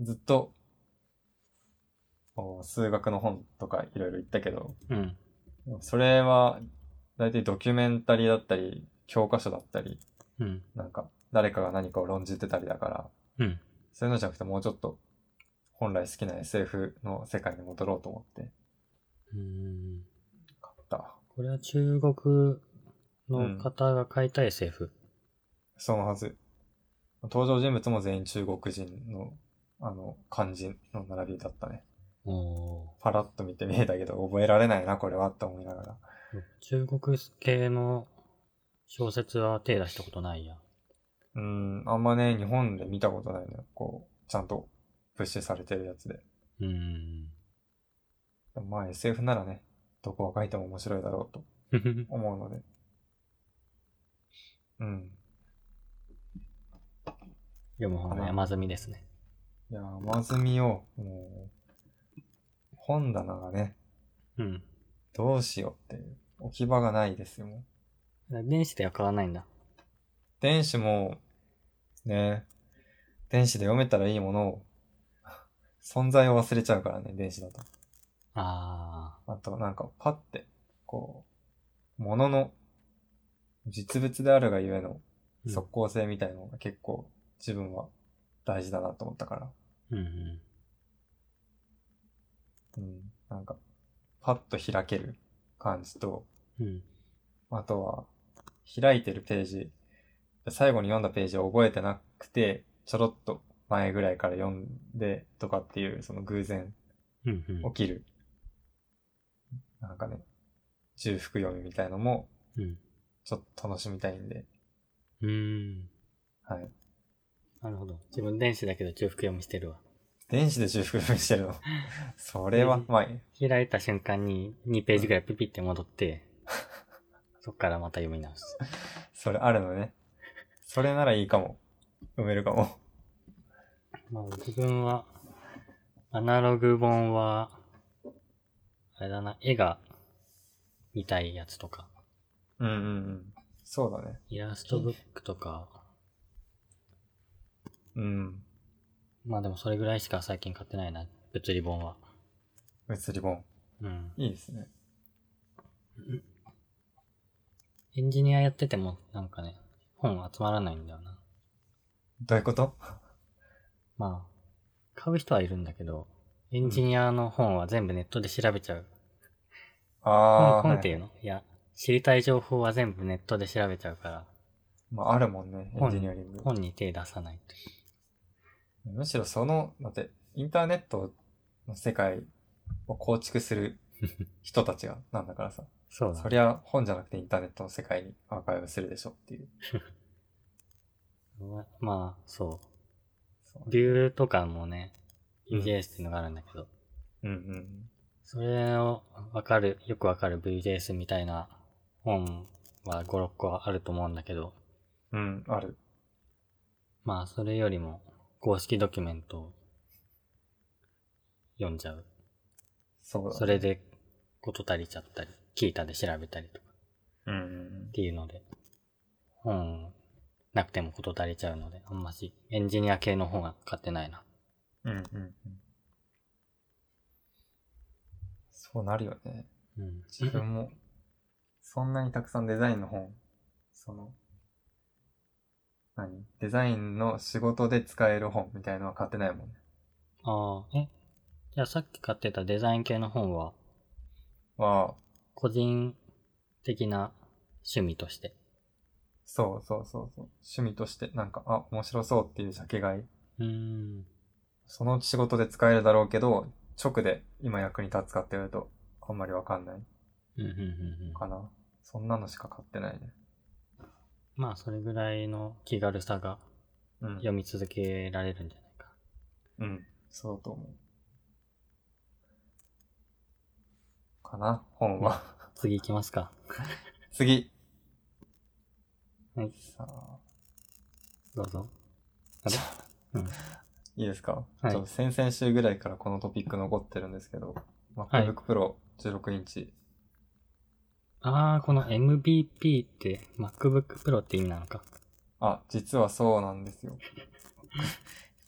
Speaker 1: ずっと、こう数学の本とかいろいろ言ったけど、
Speaker 2: うん。
Speaker 1: それは、だいたいドキュメンタリーだったり、教科書だったり、
Speaker 2: うん。
Speaker 1: なんか、誰かが何かを論じてたりだから、
Speaker 2: うん。
Speaker 1: そういうのじゃなくてもうちょっと本来好きな SF の世界に戻ろうと思って
Speaker 2: うーん。
Speaker 1: 買った。
Speaker 2: これは中国の方が書いた SF。
Speaker 1: そのはず。登場人物も全員中国人のあの漢字の並びだったね。
Speaker 2: お
Speaker 1: パラッと見て見えたけど覚えられないなこれはって思いながら。
Speaker 2: ー中国系の小説は手出したことないや。
Speaker 1: うーん、あんまね日本で見たことないのよ。こう、ちゃんとプッシュされてるやつで。
Speaker 2: うーん。
Speaker 1: でもまあ SF ならね、どこが書いても面白いだろうと 思うので。うん。
Speaker 2: 読む方が山積みですね。
Speaker 1: いや、山積みを、もう、本棚がね、
Speaker 2: うん。
Speaker 1: どうしようっていう、置き場がないですよ、もう。
Speaker 2: 電子では買わないんだ。
Speaker 1: 電子も、ね、電子で読めたらいいものを、存在を忘れちゃうからね、電子だと。
Speaker 2: あ
Speaker 1: あと、なんか、パって、こう、ものの、実物であるがゆえの
Speaker 2: ー。
Speaker 1: 即効性みたいなのが結構、自分は大事だなと思ったから。
Speaker 2: うん。うん
Speaker 1: うん、なんか、パッと開ける感じと、
Speaker 2: うん。うん。
Speaker 1: あとは、開いてるページ、最後に読んだページを覚えてなくて、ちょろっと前ぐらいから読んでとかっていう、その偶然
Speaker 2: うんうん。
Speaker 1: 起きる、なんかね、重複読みみたいのも、
Speaker 2: うん。
Speaker 1: ちょっと楽しみたいんで、
Speaker 2: うーん。
Speaker 1: はい。
Speaker 2: なるほど。自分電子だけど中腹読みしてるわ。
Speaker 1: 電子で修復して るの。それは、まあ、
Speaker 2: 開いた瞬間に2ページぐらいピピって戻 って、そっからまた読み直す。
Speaker 1: それあるのね。それならいいかも。埋めるかも。
Speaker 2: まあ、自分は、アナログ本は、あれだな、絵が見たいやつとか、
Speaker 1: うんうんうん。そうだね。
Speaker 2: イラストブックとか、
Speaker 1: うん。
Speaker 2: まあでもそれぐらいしか最近買ってないな、物理本は。
Speaker 1: 物理本。
Speaker 2: うん。
Speaker 1: いいですね。
Speaker 2: エンジニアやってても、なんかね、本集まらないんだよな。
Speaker 1: どういうこと
Speaker 2: まあ、買う人はいるんだけど、エンジニアの本は全部ネットで調べちゃう。
Speaker 1: あ
Speaker 2: 本
Speaker 1: あ。
Speaker 2: 本っていう
Speaker 1: は
Speaker 2: の、いや、知りたい情報は全部ネットで調べちゃうから、
Speaker 1: まあ、あるもんね。エン
Speaker 2: 本
Speaker 1: ジニアリング。
Speaker 2: 本に手出さないと。
Speaker 1: むしろその、だって、インターネットの世界を構築す る人たちが、なんだからさ。
Speaker 2: そうだ
Speaker 1: そりゃ本じゃなくてインターネットの世界にアーカイブするでしょっていう。
Speaker 2: ね。まあ、そ
Speaker 1: そう
Speaker 2: う。ビューとかもね、
Speaker 1: うん
Speaker 2: Vue.js っていうのがあるんだけど、
Speaker 1: うんうん。
Speaker 2: それをわかる、よくわかる Vue.js みたいな本は5、6個はあると思うんだけど、
Speaker 1: うん、ある。
Speaker 2: まあ、それよりも公式ドキュメントを読んじゃう。
Speaker 1: そうだ、ね。
Speaker 2: それで事足りちゃったり、聞いたで調べたりとか
Speaker 1: うんうんうん
Speaker 2: っ。ていうので、本なくても事足りちゃうので、あんましエンジニア系の本は買ってないな。
Speaker 1: うんうんうん。そうなるよね。
Speaker 2: うん。
Speaker 1: 自分も、そんなにたくさんデザインの本、その、何デザインの仕事で使える本みたいのは買ってないもんね。
Speaker 2: ああ、えじゃあさっき買ってたデザイン系の本は、
Speaker 1: まあ、
Speaker 2: 個人的な趣味として。
Speaker 1: そうそうそうそう。趣味として、なんか、あ、面白そうっていうジャケ買い。
Speaker 2: うーん。
Speaker 1: そのうち仕事で使えるだろうけど、直で今役に立つかって言われると、あんまりわかんない
Speaker 2: うん、うん、うん、うん。
Speaker 1: かな。そんなのしか買ってないね。
Speaker 2: まあ、それぐらいの気軽さが
Speaker 1: うん。
Speaker 2: 読み続けられるんじゃないか。
Speaker 1: うん。そうだと思う。かな、本は。
Speaker 2: 次行きますか。
Speaker 1: 次。
Speaker 2: はい。
Speaker 1: さあ、
Speaker 2: どうぞ。あれうん。
Speaker 1: いいですか、
Speaker 2: はい
Speaker 1: ちょっと先々週ぐらいからこのトピック残ってるんですけど、
Speaker 2: い
Speaker 1: MacBook Pro 16インチ。
Speaker 2: ああ、この MVP って MacBook Pro って意味なのか。
Speaker 1: あ、実はそうなんですよ。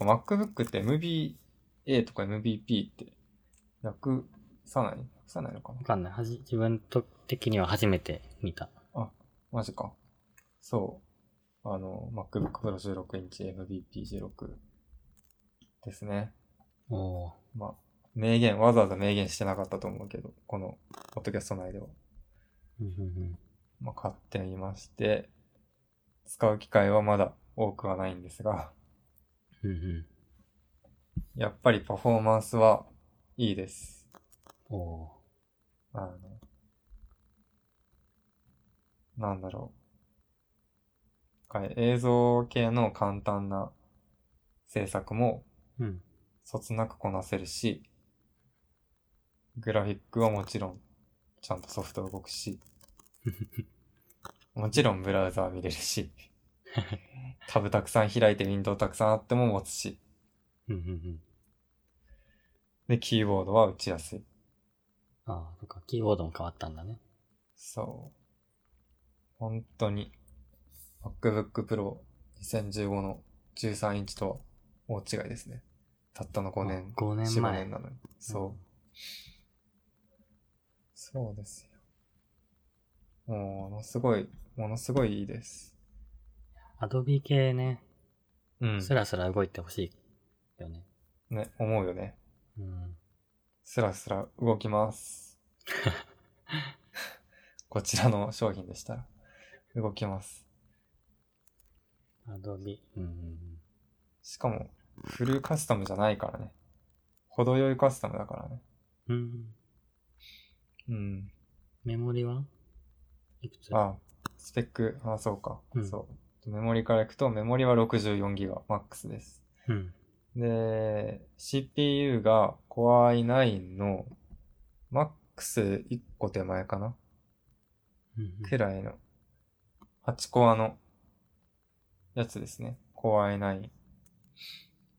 Speaker 1: MacBook って MBA とか MVP って略さない略さないのかな
Speaker 2: わかんない。はじ、自分と的には初めて見た。
Speaker 1: マジか。そう。あの、MacBook Pro 16インチ MVP16 ですね。
Speaker 2: おお
Speaker 1: まあ、明言、わざわざ明言してなかったと思うけど、この、ポッドキャスト内では。
Speaker 2: ー。うんうんうん。
Speaker 1: まあ、買ってみまして、使う機会はまだ多くはないんですが、
Speaker 2: うんうん。
Speaker 1: やっぱりパフォーマンスはいいです。
Speaker 2: おおー。
Speaker 1: あの、なんだろう。はい映像系の簡単な制作も
Speaker 2: うん。
Speaker 1: そつなくこなせるし、グラフィックはもちろん、ちゃんとソフト動くし、もちろんブラウザー見れるし、タブたくさん開いてウィンドウたくさんあっても持つし、
Speaker 2: うんうんうん。
Speaker 1: で、キーボードは打ちやすい。
Speaker 2: ああ、そっか。キーボードも変わったんだね。
Speaker 1: そう。本当に、MacBook Pro 2015の13インチとは大違いですね。たったの5年
Speaker 2: あ。5
Speaker 1: 4
Speaker 2: 年
Speaker 1: 5
Speaker 2: 前。
Speaker 1: 年なのに。そう。
Speaker 2: うん
Speaker 1: そうですよ。もう、ものすごい、ものすごいいいです。
Speaker 2: アドビ系ね、
Speaker 1: うん
Speaker 2: スラスラ動いてほしいよね。
Speaker 1: ね、思うよね。
Speaker 2: うん。
Speaker 1: スラスラ動きます。こちらの商品でしたら、動きます。
Speaker 2: アドビ、うんうんうん。
Speaker 1: しかも、フルカスタムじゃないからね。程よいカスタムだからね。
Speaker 2: うん。
Speaker 1: うん。
Speaker 2: メモリはいくつ
Speaker 1: あ、スペック、あ、そうか。
Speaker 2: うん
Speaker 1: そう。メモリからいくと、メモリは 64GB MAX です。
Speaker 2: うん。
Speaker 1: で、CPU が Core i9 の MAX1 個手前かな
Speaker 2: うん
Speaker 1: くらいの8コアのやつですね。Core i9。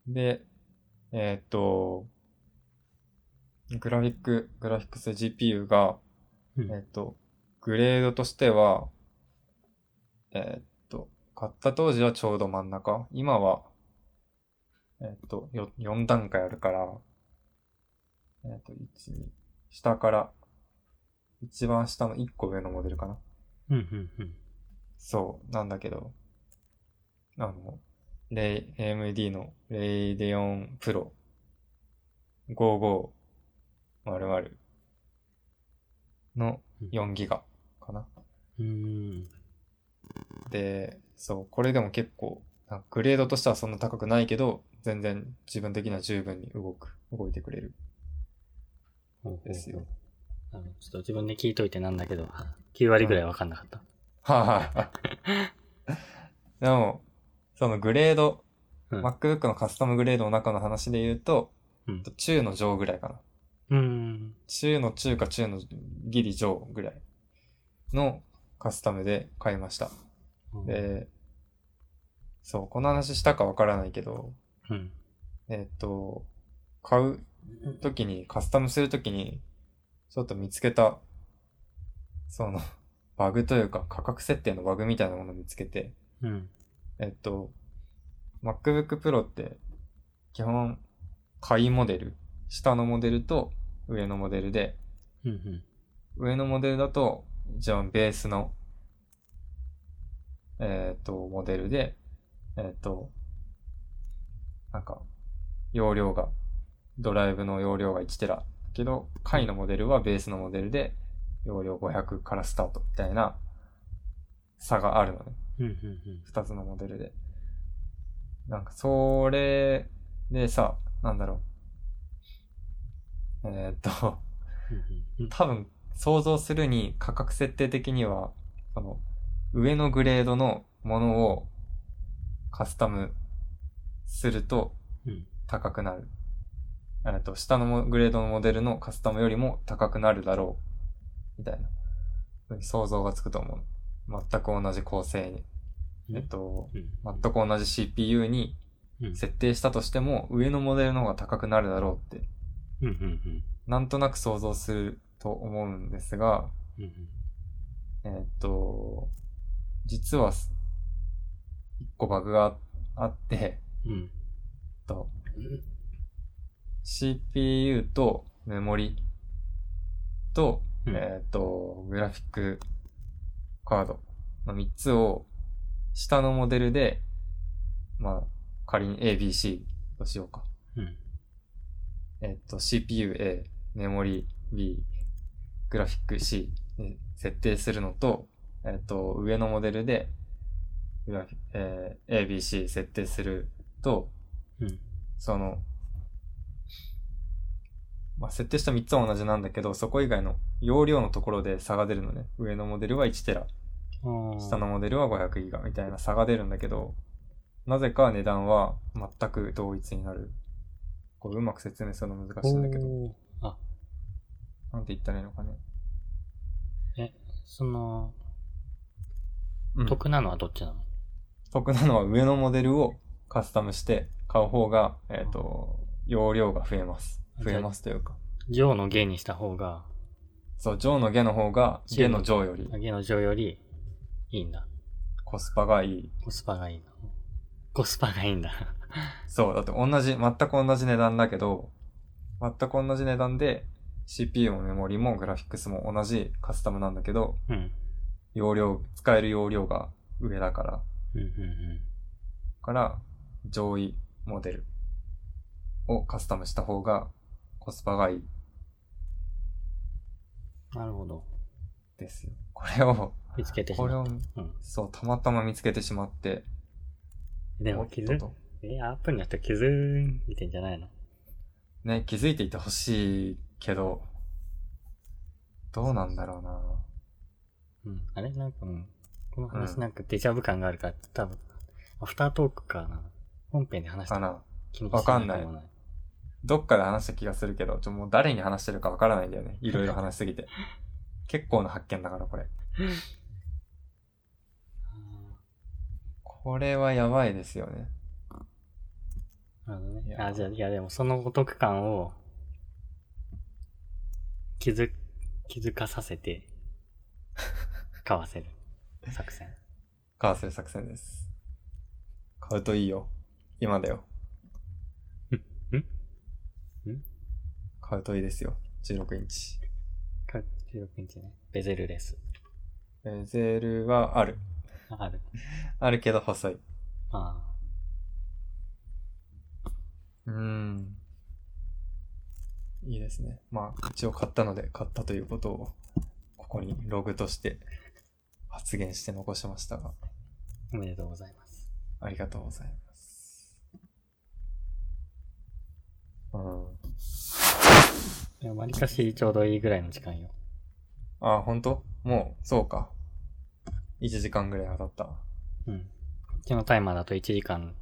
Speaker 1: で、えーっと、グラフィック、グラフィックス GPU が、
Speaker 2: うん
Speaker 1: えーっと、グレードとしては、えーっと、買った当時はちょうど真ん中。今は、えーっと、よ4段階あるから、えーっと、1、2、下から、一番下の1個上のモデルかな。
Speaker 2: うんうんうん。
Speaker 1: そう、なんだけど、あの、レイ AMD のレイデオンプロ5500の4ギガかな。
Speaker 2: うん。
Speaker 1: で、そう、これでも結構、なんかグレードとしてはそんな高くないけど、全然自分的には十分に動く、動いてくれる
Speaker 2: ほうほうほ
Speaker 1: んで
Speaker 2: う
Speaker 1: すよ。
Speaker 2: あのちょっと自分で聞いといてなんだけど、9割ぐらいわかんなかった。
Speaker 1: はい。でも、そのグレード、
Speaker 2: うん
Speaker 1: MacBook のカスタムグレードの中の話で言うと、
Speaker 2: うん
Speaker 1: 中の上ぐらいかな。
Speaker 2: うん。
Speaker 1: 中の中か中のギリ上ぐらいのカスタムで買いました。で、そう、この話したかわからないけど、
Speaker 2: うん。
Speaker 1: えっ、と、買うときに、カスタムするときに、ちょっと見つけた、その、 バグというか価格設定のバグみたいなものを見つけて、
Speaker 2: うん。
Speaker 1: えっと、MacBook Pro って、基本、買いモデル。下のモデルと上のモデルで、
Speaker 2: うんうん。
Speaker 1: 上のモデルだと、一番ベースの、えっ、と、モデルで、えっ、と、なんか、容量が、ドライブの容量が1テラ。だけど、下位のモデルはベースのモデルで、容量500からスタートみたいな差があるのね。
Speaker 2: うんうん
Speaker 1: 二つのモデルで。なんか、それでさ、なんだろう。えーっと、
Speaker 2: うん。
Speaker 1: 多分、想像するに価格設定的には、その、上のグレードのものをカスタムすると
Speaker 2: うん
Speaker 1: 高くなる。えーっと、下のもグレードのモデルのカスタムよりも高くなるだろう。みたいな。ふうに想像がつくと思う。全く同じ構成に。えっと、
Speaker 2: うん。
Speaker 1: 全く同じ CPU に
Speaker 2: うん
Speaker 1: 設定したとしても、上のモデルの方が高くなるだろうって、
Speaker 2: うんうん
Speaker 1: なんとなく想像すると思うんですが、
Speaker 2: うん。うん
Speaker 1: えっと、実はす、一個バグがあって、えっ
Speaker 2: うん。
Speaker 1: と、CPU とメモリと、
Speaker 2: うん
Speaker 1: えっと、グラフィックカードの3つを下のモデルで、まあ、仮に ABC としようか。
Speaker 2: うん。
Speaker 1: えっと、CPU A、メモリ B、グラフィック C に設定するのと、えっと、上のモデルで、グラフィえー ABC 設定すると、
Speaker 2: うん。
Speaker 1: その、まあ、設定した3つは同じなんだけど、そこ以外の容量のところで差が出るのね。上のモデルは1テラ、
Speaker 2: ああ。
Speaker 1: 下のモデルは500ギガみたいな差が出るんだけど、なぜか値段は全く同一になる。これうまく説明するの難しいんだけど、
Speaker 2: おーあ、
Speaker 1: なんて言ったらいいのかね。
Speaker 2: その、
Speaker 1: うん、
Speaker 2: 得なのはどっちなの
Speaker 1: 得なのは上のモデルをカスタムして買う方が、えっ、と、容量が増えます。増えますというか。
Speaker 2: 上の下にした方が、
Speaker 1: そう、上の下の方が、下の上より
Speaker 2: 上の上よりいいんだ。
Speaker 1: コスパがいい。
Speaker 2: コスパがいいな。コスパがいいんだ。
Speaker 1: そう、だって同じ、全く同じ値段だけど、全く同じ値段で、CPU もメモリもグラフィックスも同じカスタムなんだけど、
Speaker 2: うん。
Speaker 1: 容量、使える容量が上だから、
Speaker 2: うんうん
Speaker 1: から上位モデルをカスタムした方がコスパがいい
Speaker 2: うん。なるほど。
Speaker 1: ですよ。これを、
Speaker 2: 見つけてし
Speaker 1: これ
Speaker 2: ま
Speaker 1: を
Speaker 2: っ、うん
Speaker 1: そう、たまたま見つけてしまって、
Speaker 2: た。で
Speaker 1: お
Speaker 2: も
Speaker 1: っ
Speaker 2: 気
Speaker 1: と
Speaker 2: づ、
Speaker 1: と
Speaker 2: え、アップルの人気づいてんじゃないの
Speaker 1: ね、気づいていてほしいけど、どうなんだろうな
Speaker 2: うん。あれなんか、うん。この話なんかデジャブ感があるから、多分、アフタートークかな。本編で話し
Speaker 1: か
Speaker 2: た
Speaker 1: な。
Speaker 2: 気持
Speaker 1: わかんない
Speaker 2: しくも
Speaker 1: どっかで話した気がするけど、ちょもう誰に話してるかわからないんだよね。いろいろ話しすぎ て。結構な発見だから、これ。これはやばいですよね。
Speaker 2: あーなるほど
Speaker 1: い
Speaker 2: ね。
Speaker 1: や
Speaker 2: あ、じゃあ、いやでもそのお得感を、気づ、気づかさせて、 買わせる作戦。
Speaker 1: 買わせる作戦です。買うといいよ。今だよ。
Speaker 2: んん
Speaker 1: 買うといいですよ。16インチ。
Speaker 2: か16インチね。ベゼルレス。
Speaker 1: ベゼルはある。
Speaker 2: ある。
Speaker 1: あるけど細い。
Speaker 2: ああ。
Speaker 1: うーん。いいですね。まあ、一応買ったので、買ったということを、ここにログとして発言して残しましたが、
Speaker 2: おめでとうございます。
Speaker 1: ありがとうございます。うん。
Speaker 2: いや、わりかしちょうどいいぐらいの時間よ。
Speaker 1: あ、ほんともう、そうか。1時間ぐらい当たった。
Speaker 2: うん。こっちのタイマーだと1時間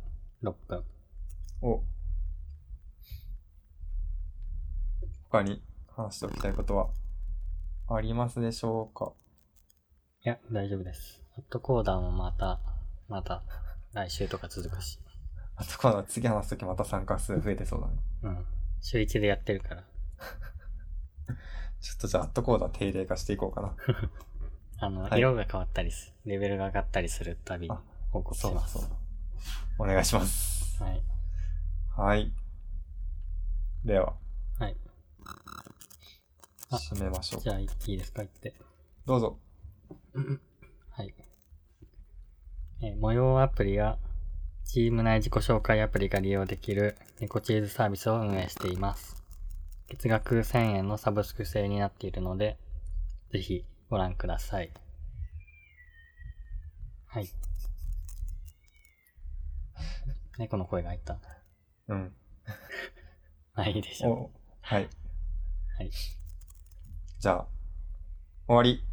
Speaker 2: 6分。
Speaker 1: お。他に話しておきたいことはありますでしょうか
Speaker 2: いや、大丈夫です。アットコーダーもまた、また、来週とか続くし。
Speaker 1: あと今度は次話すときまた参加数増えてそうだね。
Speaker 2: うん。週1でやってるから。
Speaker 1: ちょっとじゃあ、アットコーダー定例化していこうかな。
Speaker 2: あの、
Speaker 1: はい
Speaker 2: 色が変わったりす、レベルが上がったりするたびに
Speaker 1: あ
Speaker 2: 報告 し
Speaker 1: そうだ
Speaker 2: ます。
Speaker 1: そうだ。お願いします。
Speaker 2: はい。
Speaker 1: はい。では、
Speaker 2: はい。あ
Speaker 1: 締めましょう
Speaker 2: じ。ゃあ、いいですか言って。
Speaker 1: どうぞ。
Speaker 2: はい。えー模様アプリや、チーム内自己紹介アプリが利用できるニコチーズサービスを運営しています。月額1000円のサブスク制になっているので、ぜひご覧ください。はい。 猫の声が入った。
Speaker 1: うん。
Speaker 2: まあいいでしょう。
Speaker 1: お、はい。
Speaker 2: はい。
Speaker 1: じゃあ、終わり。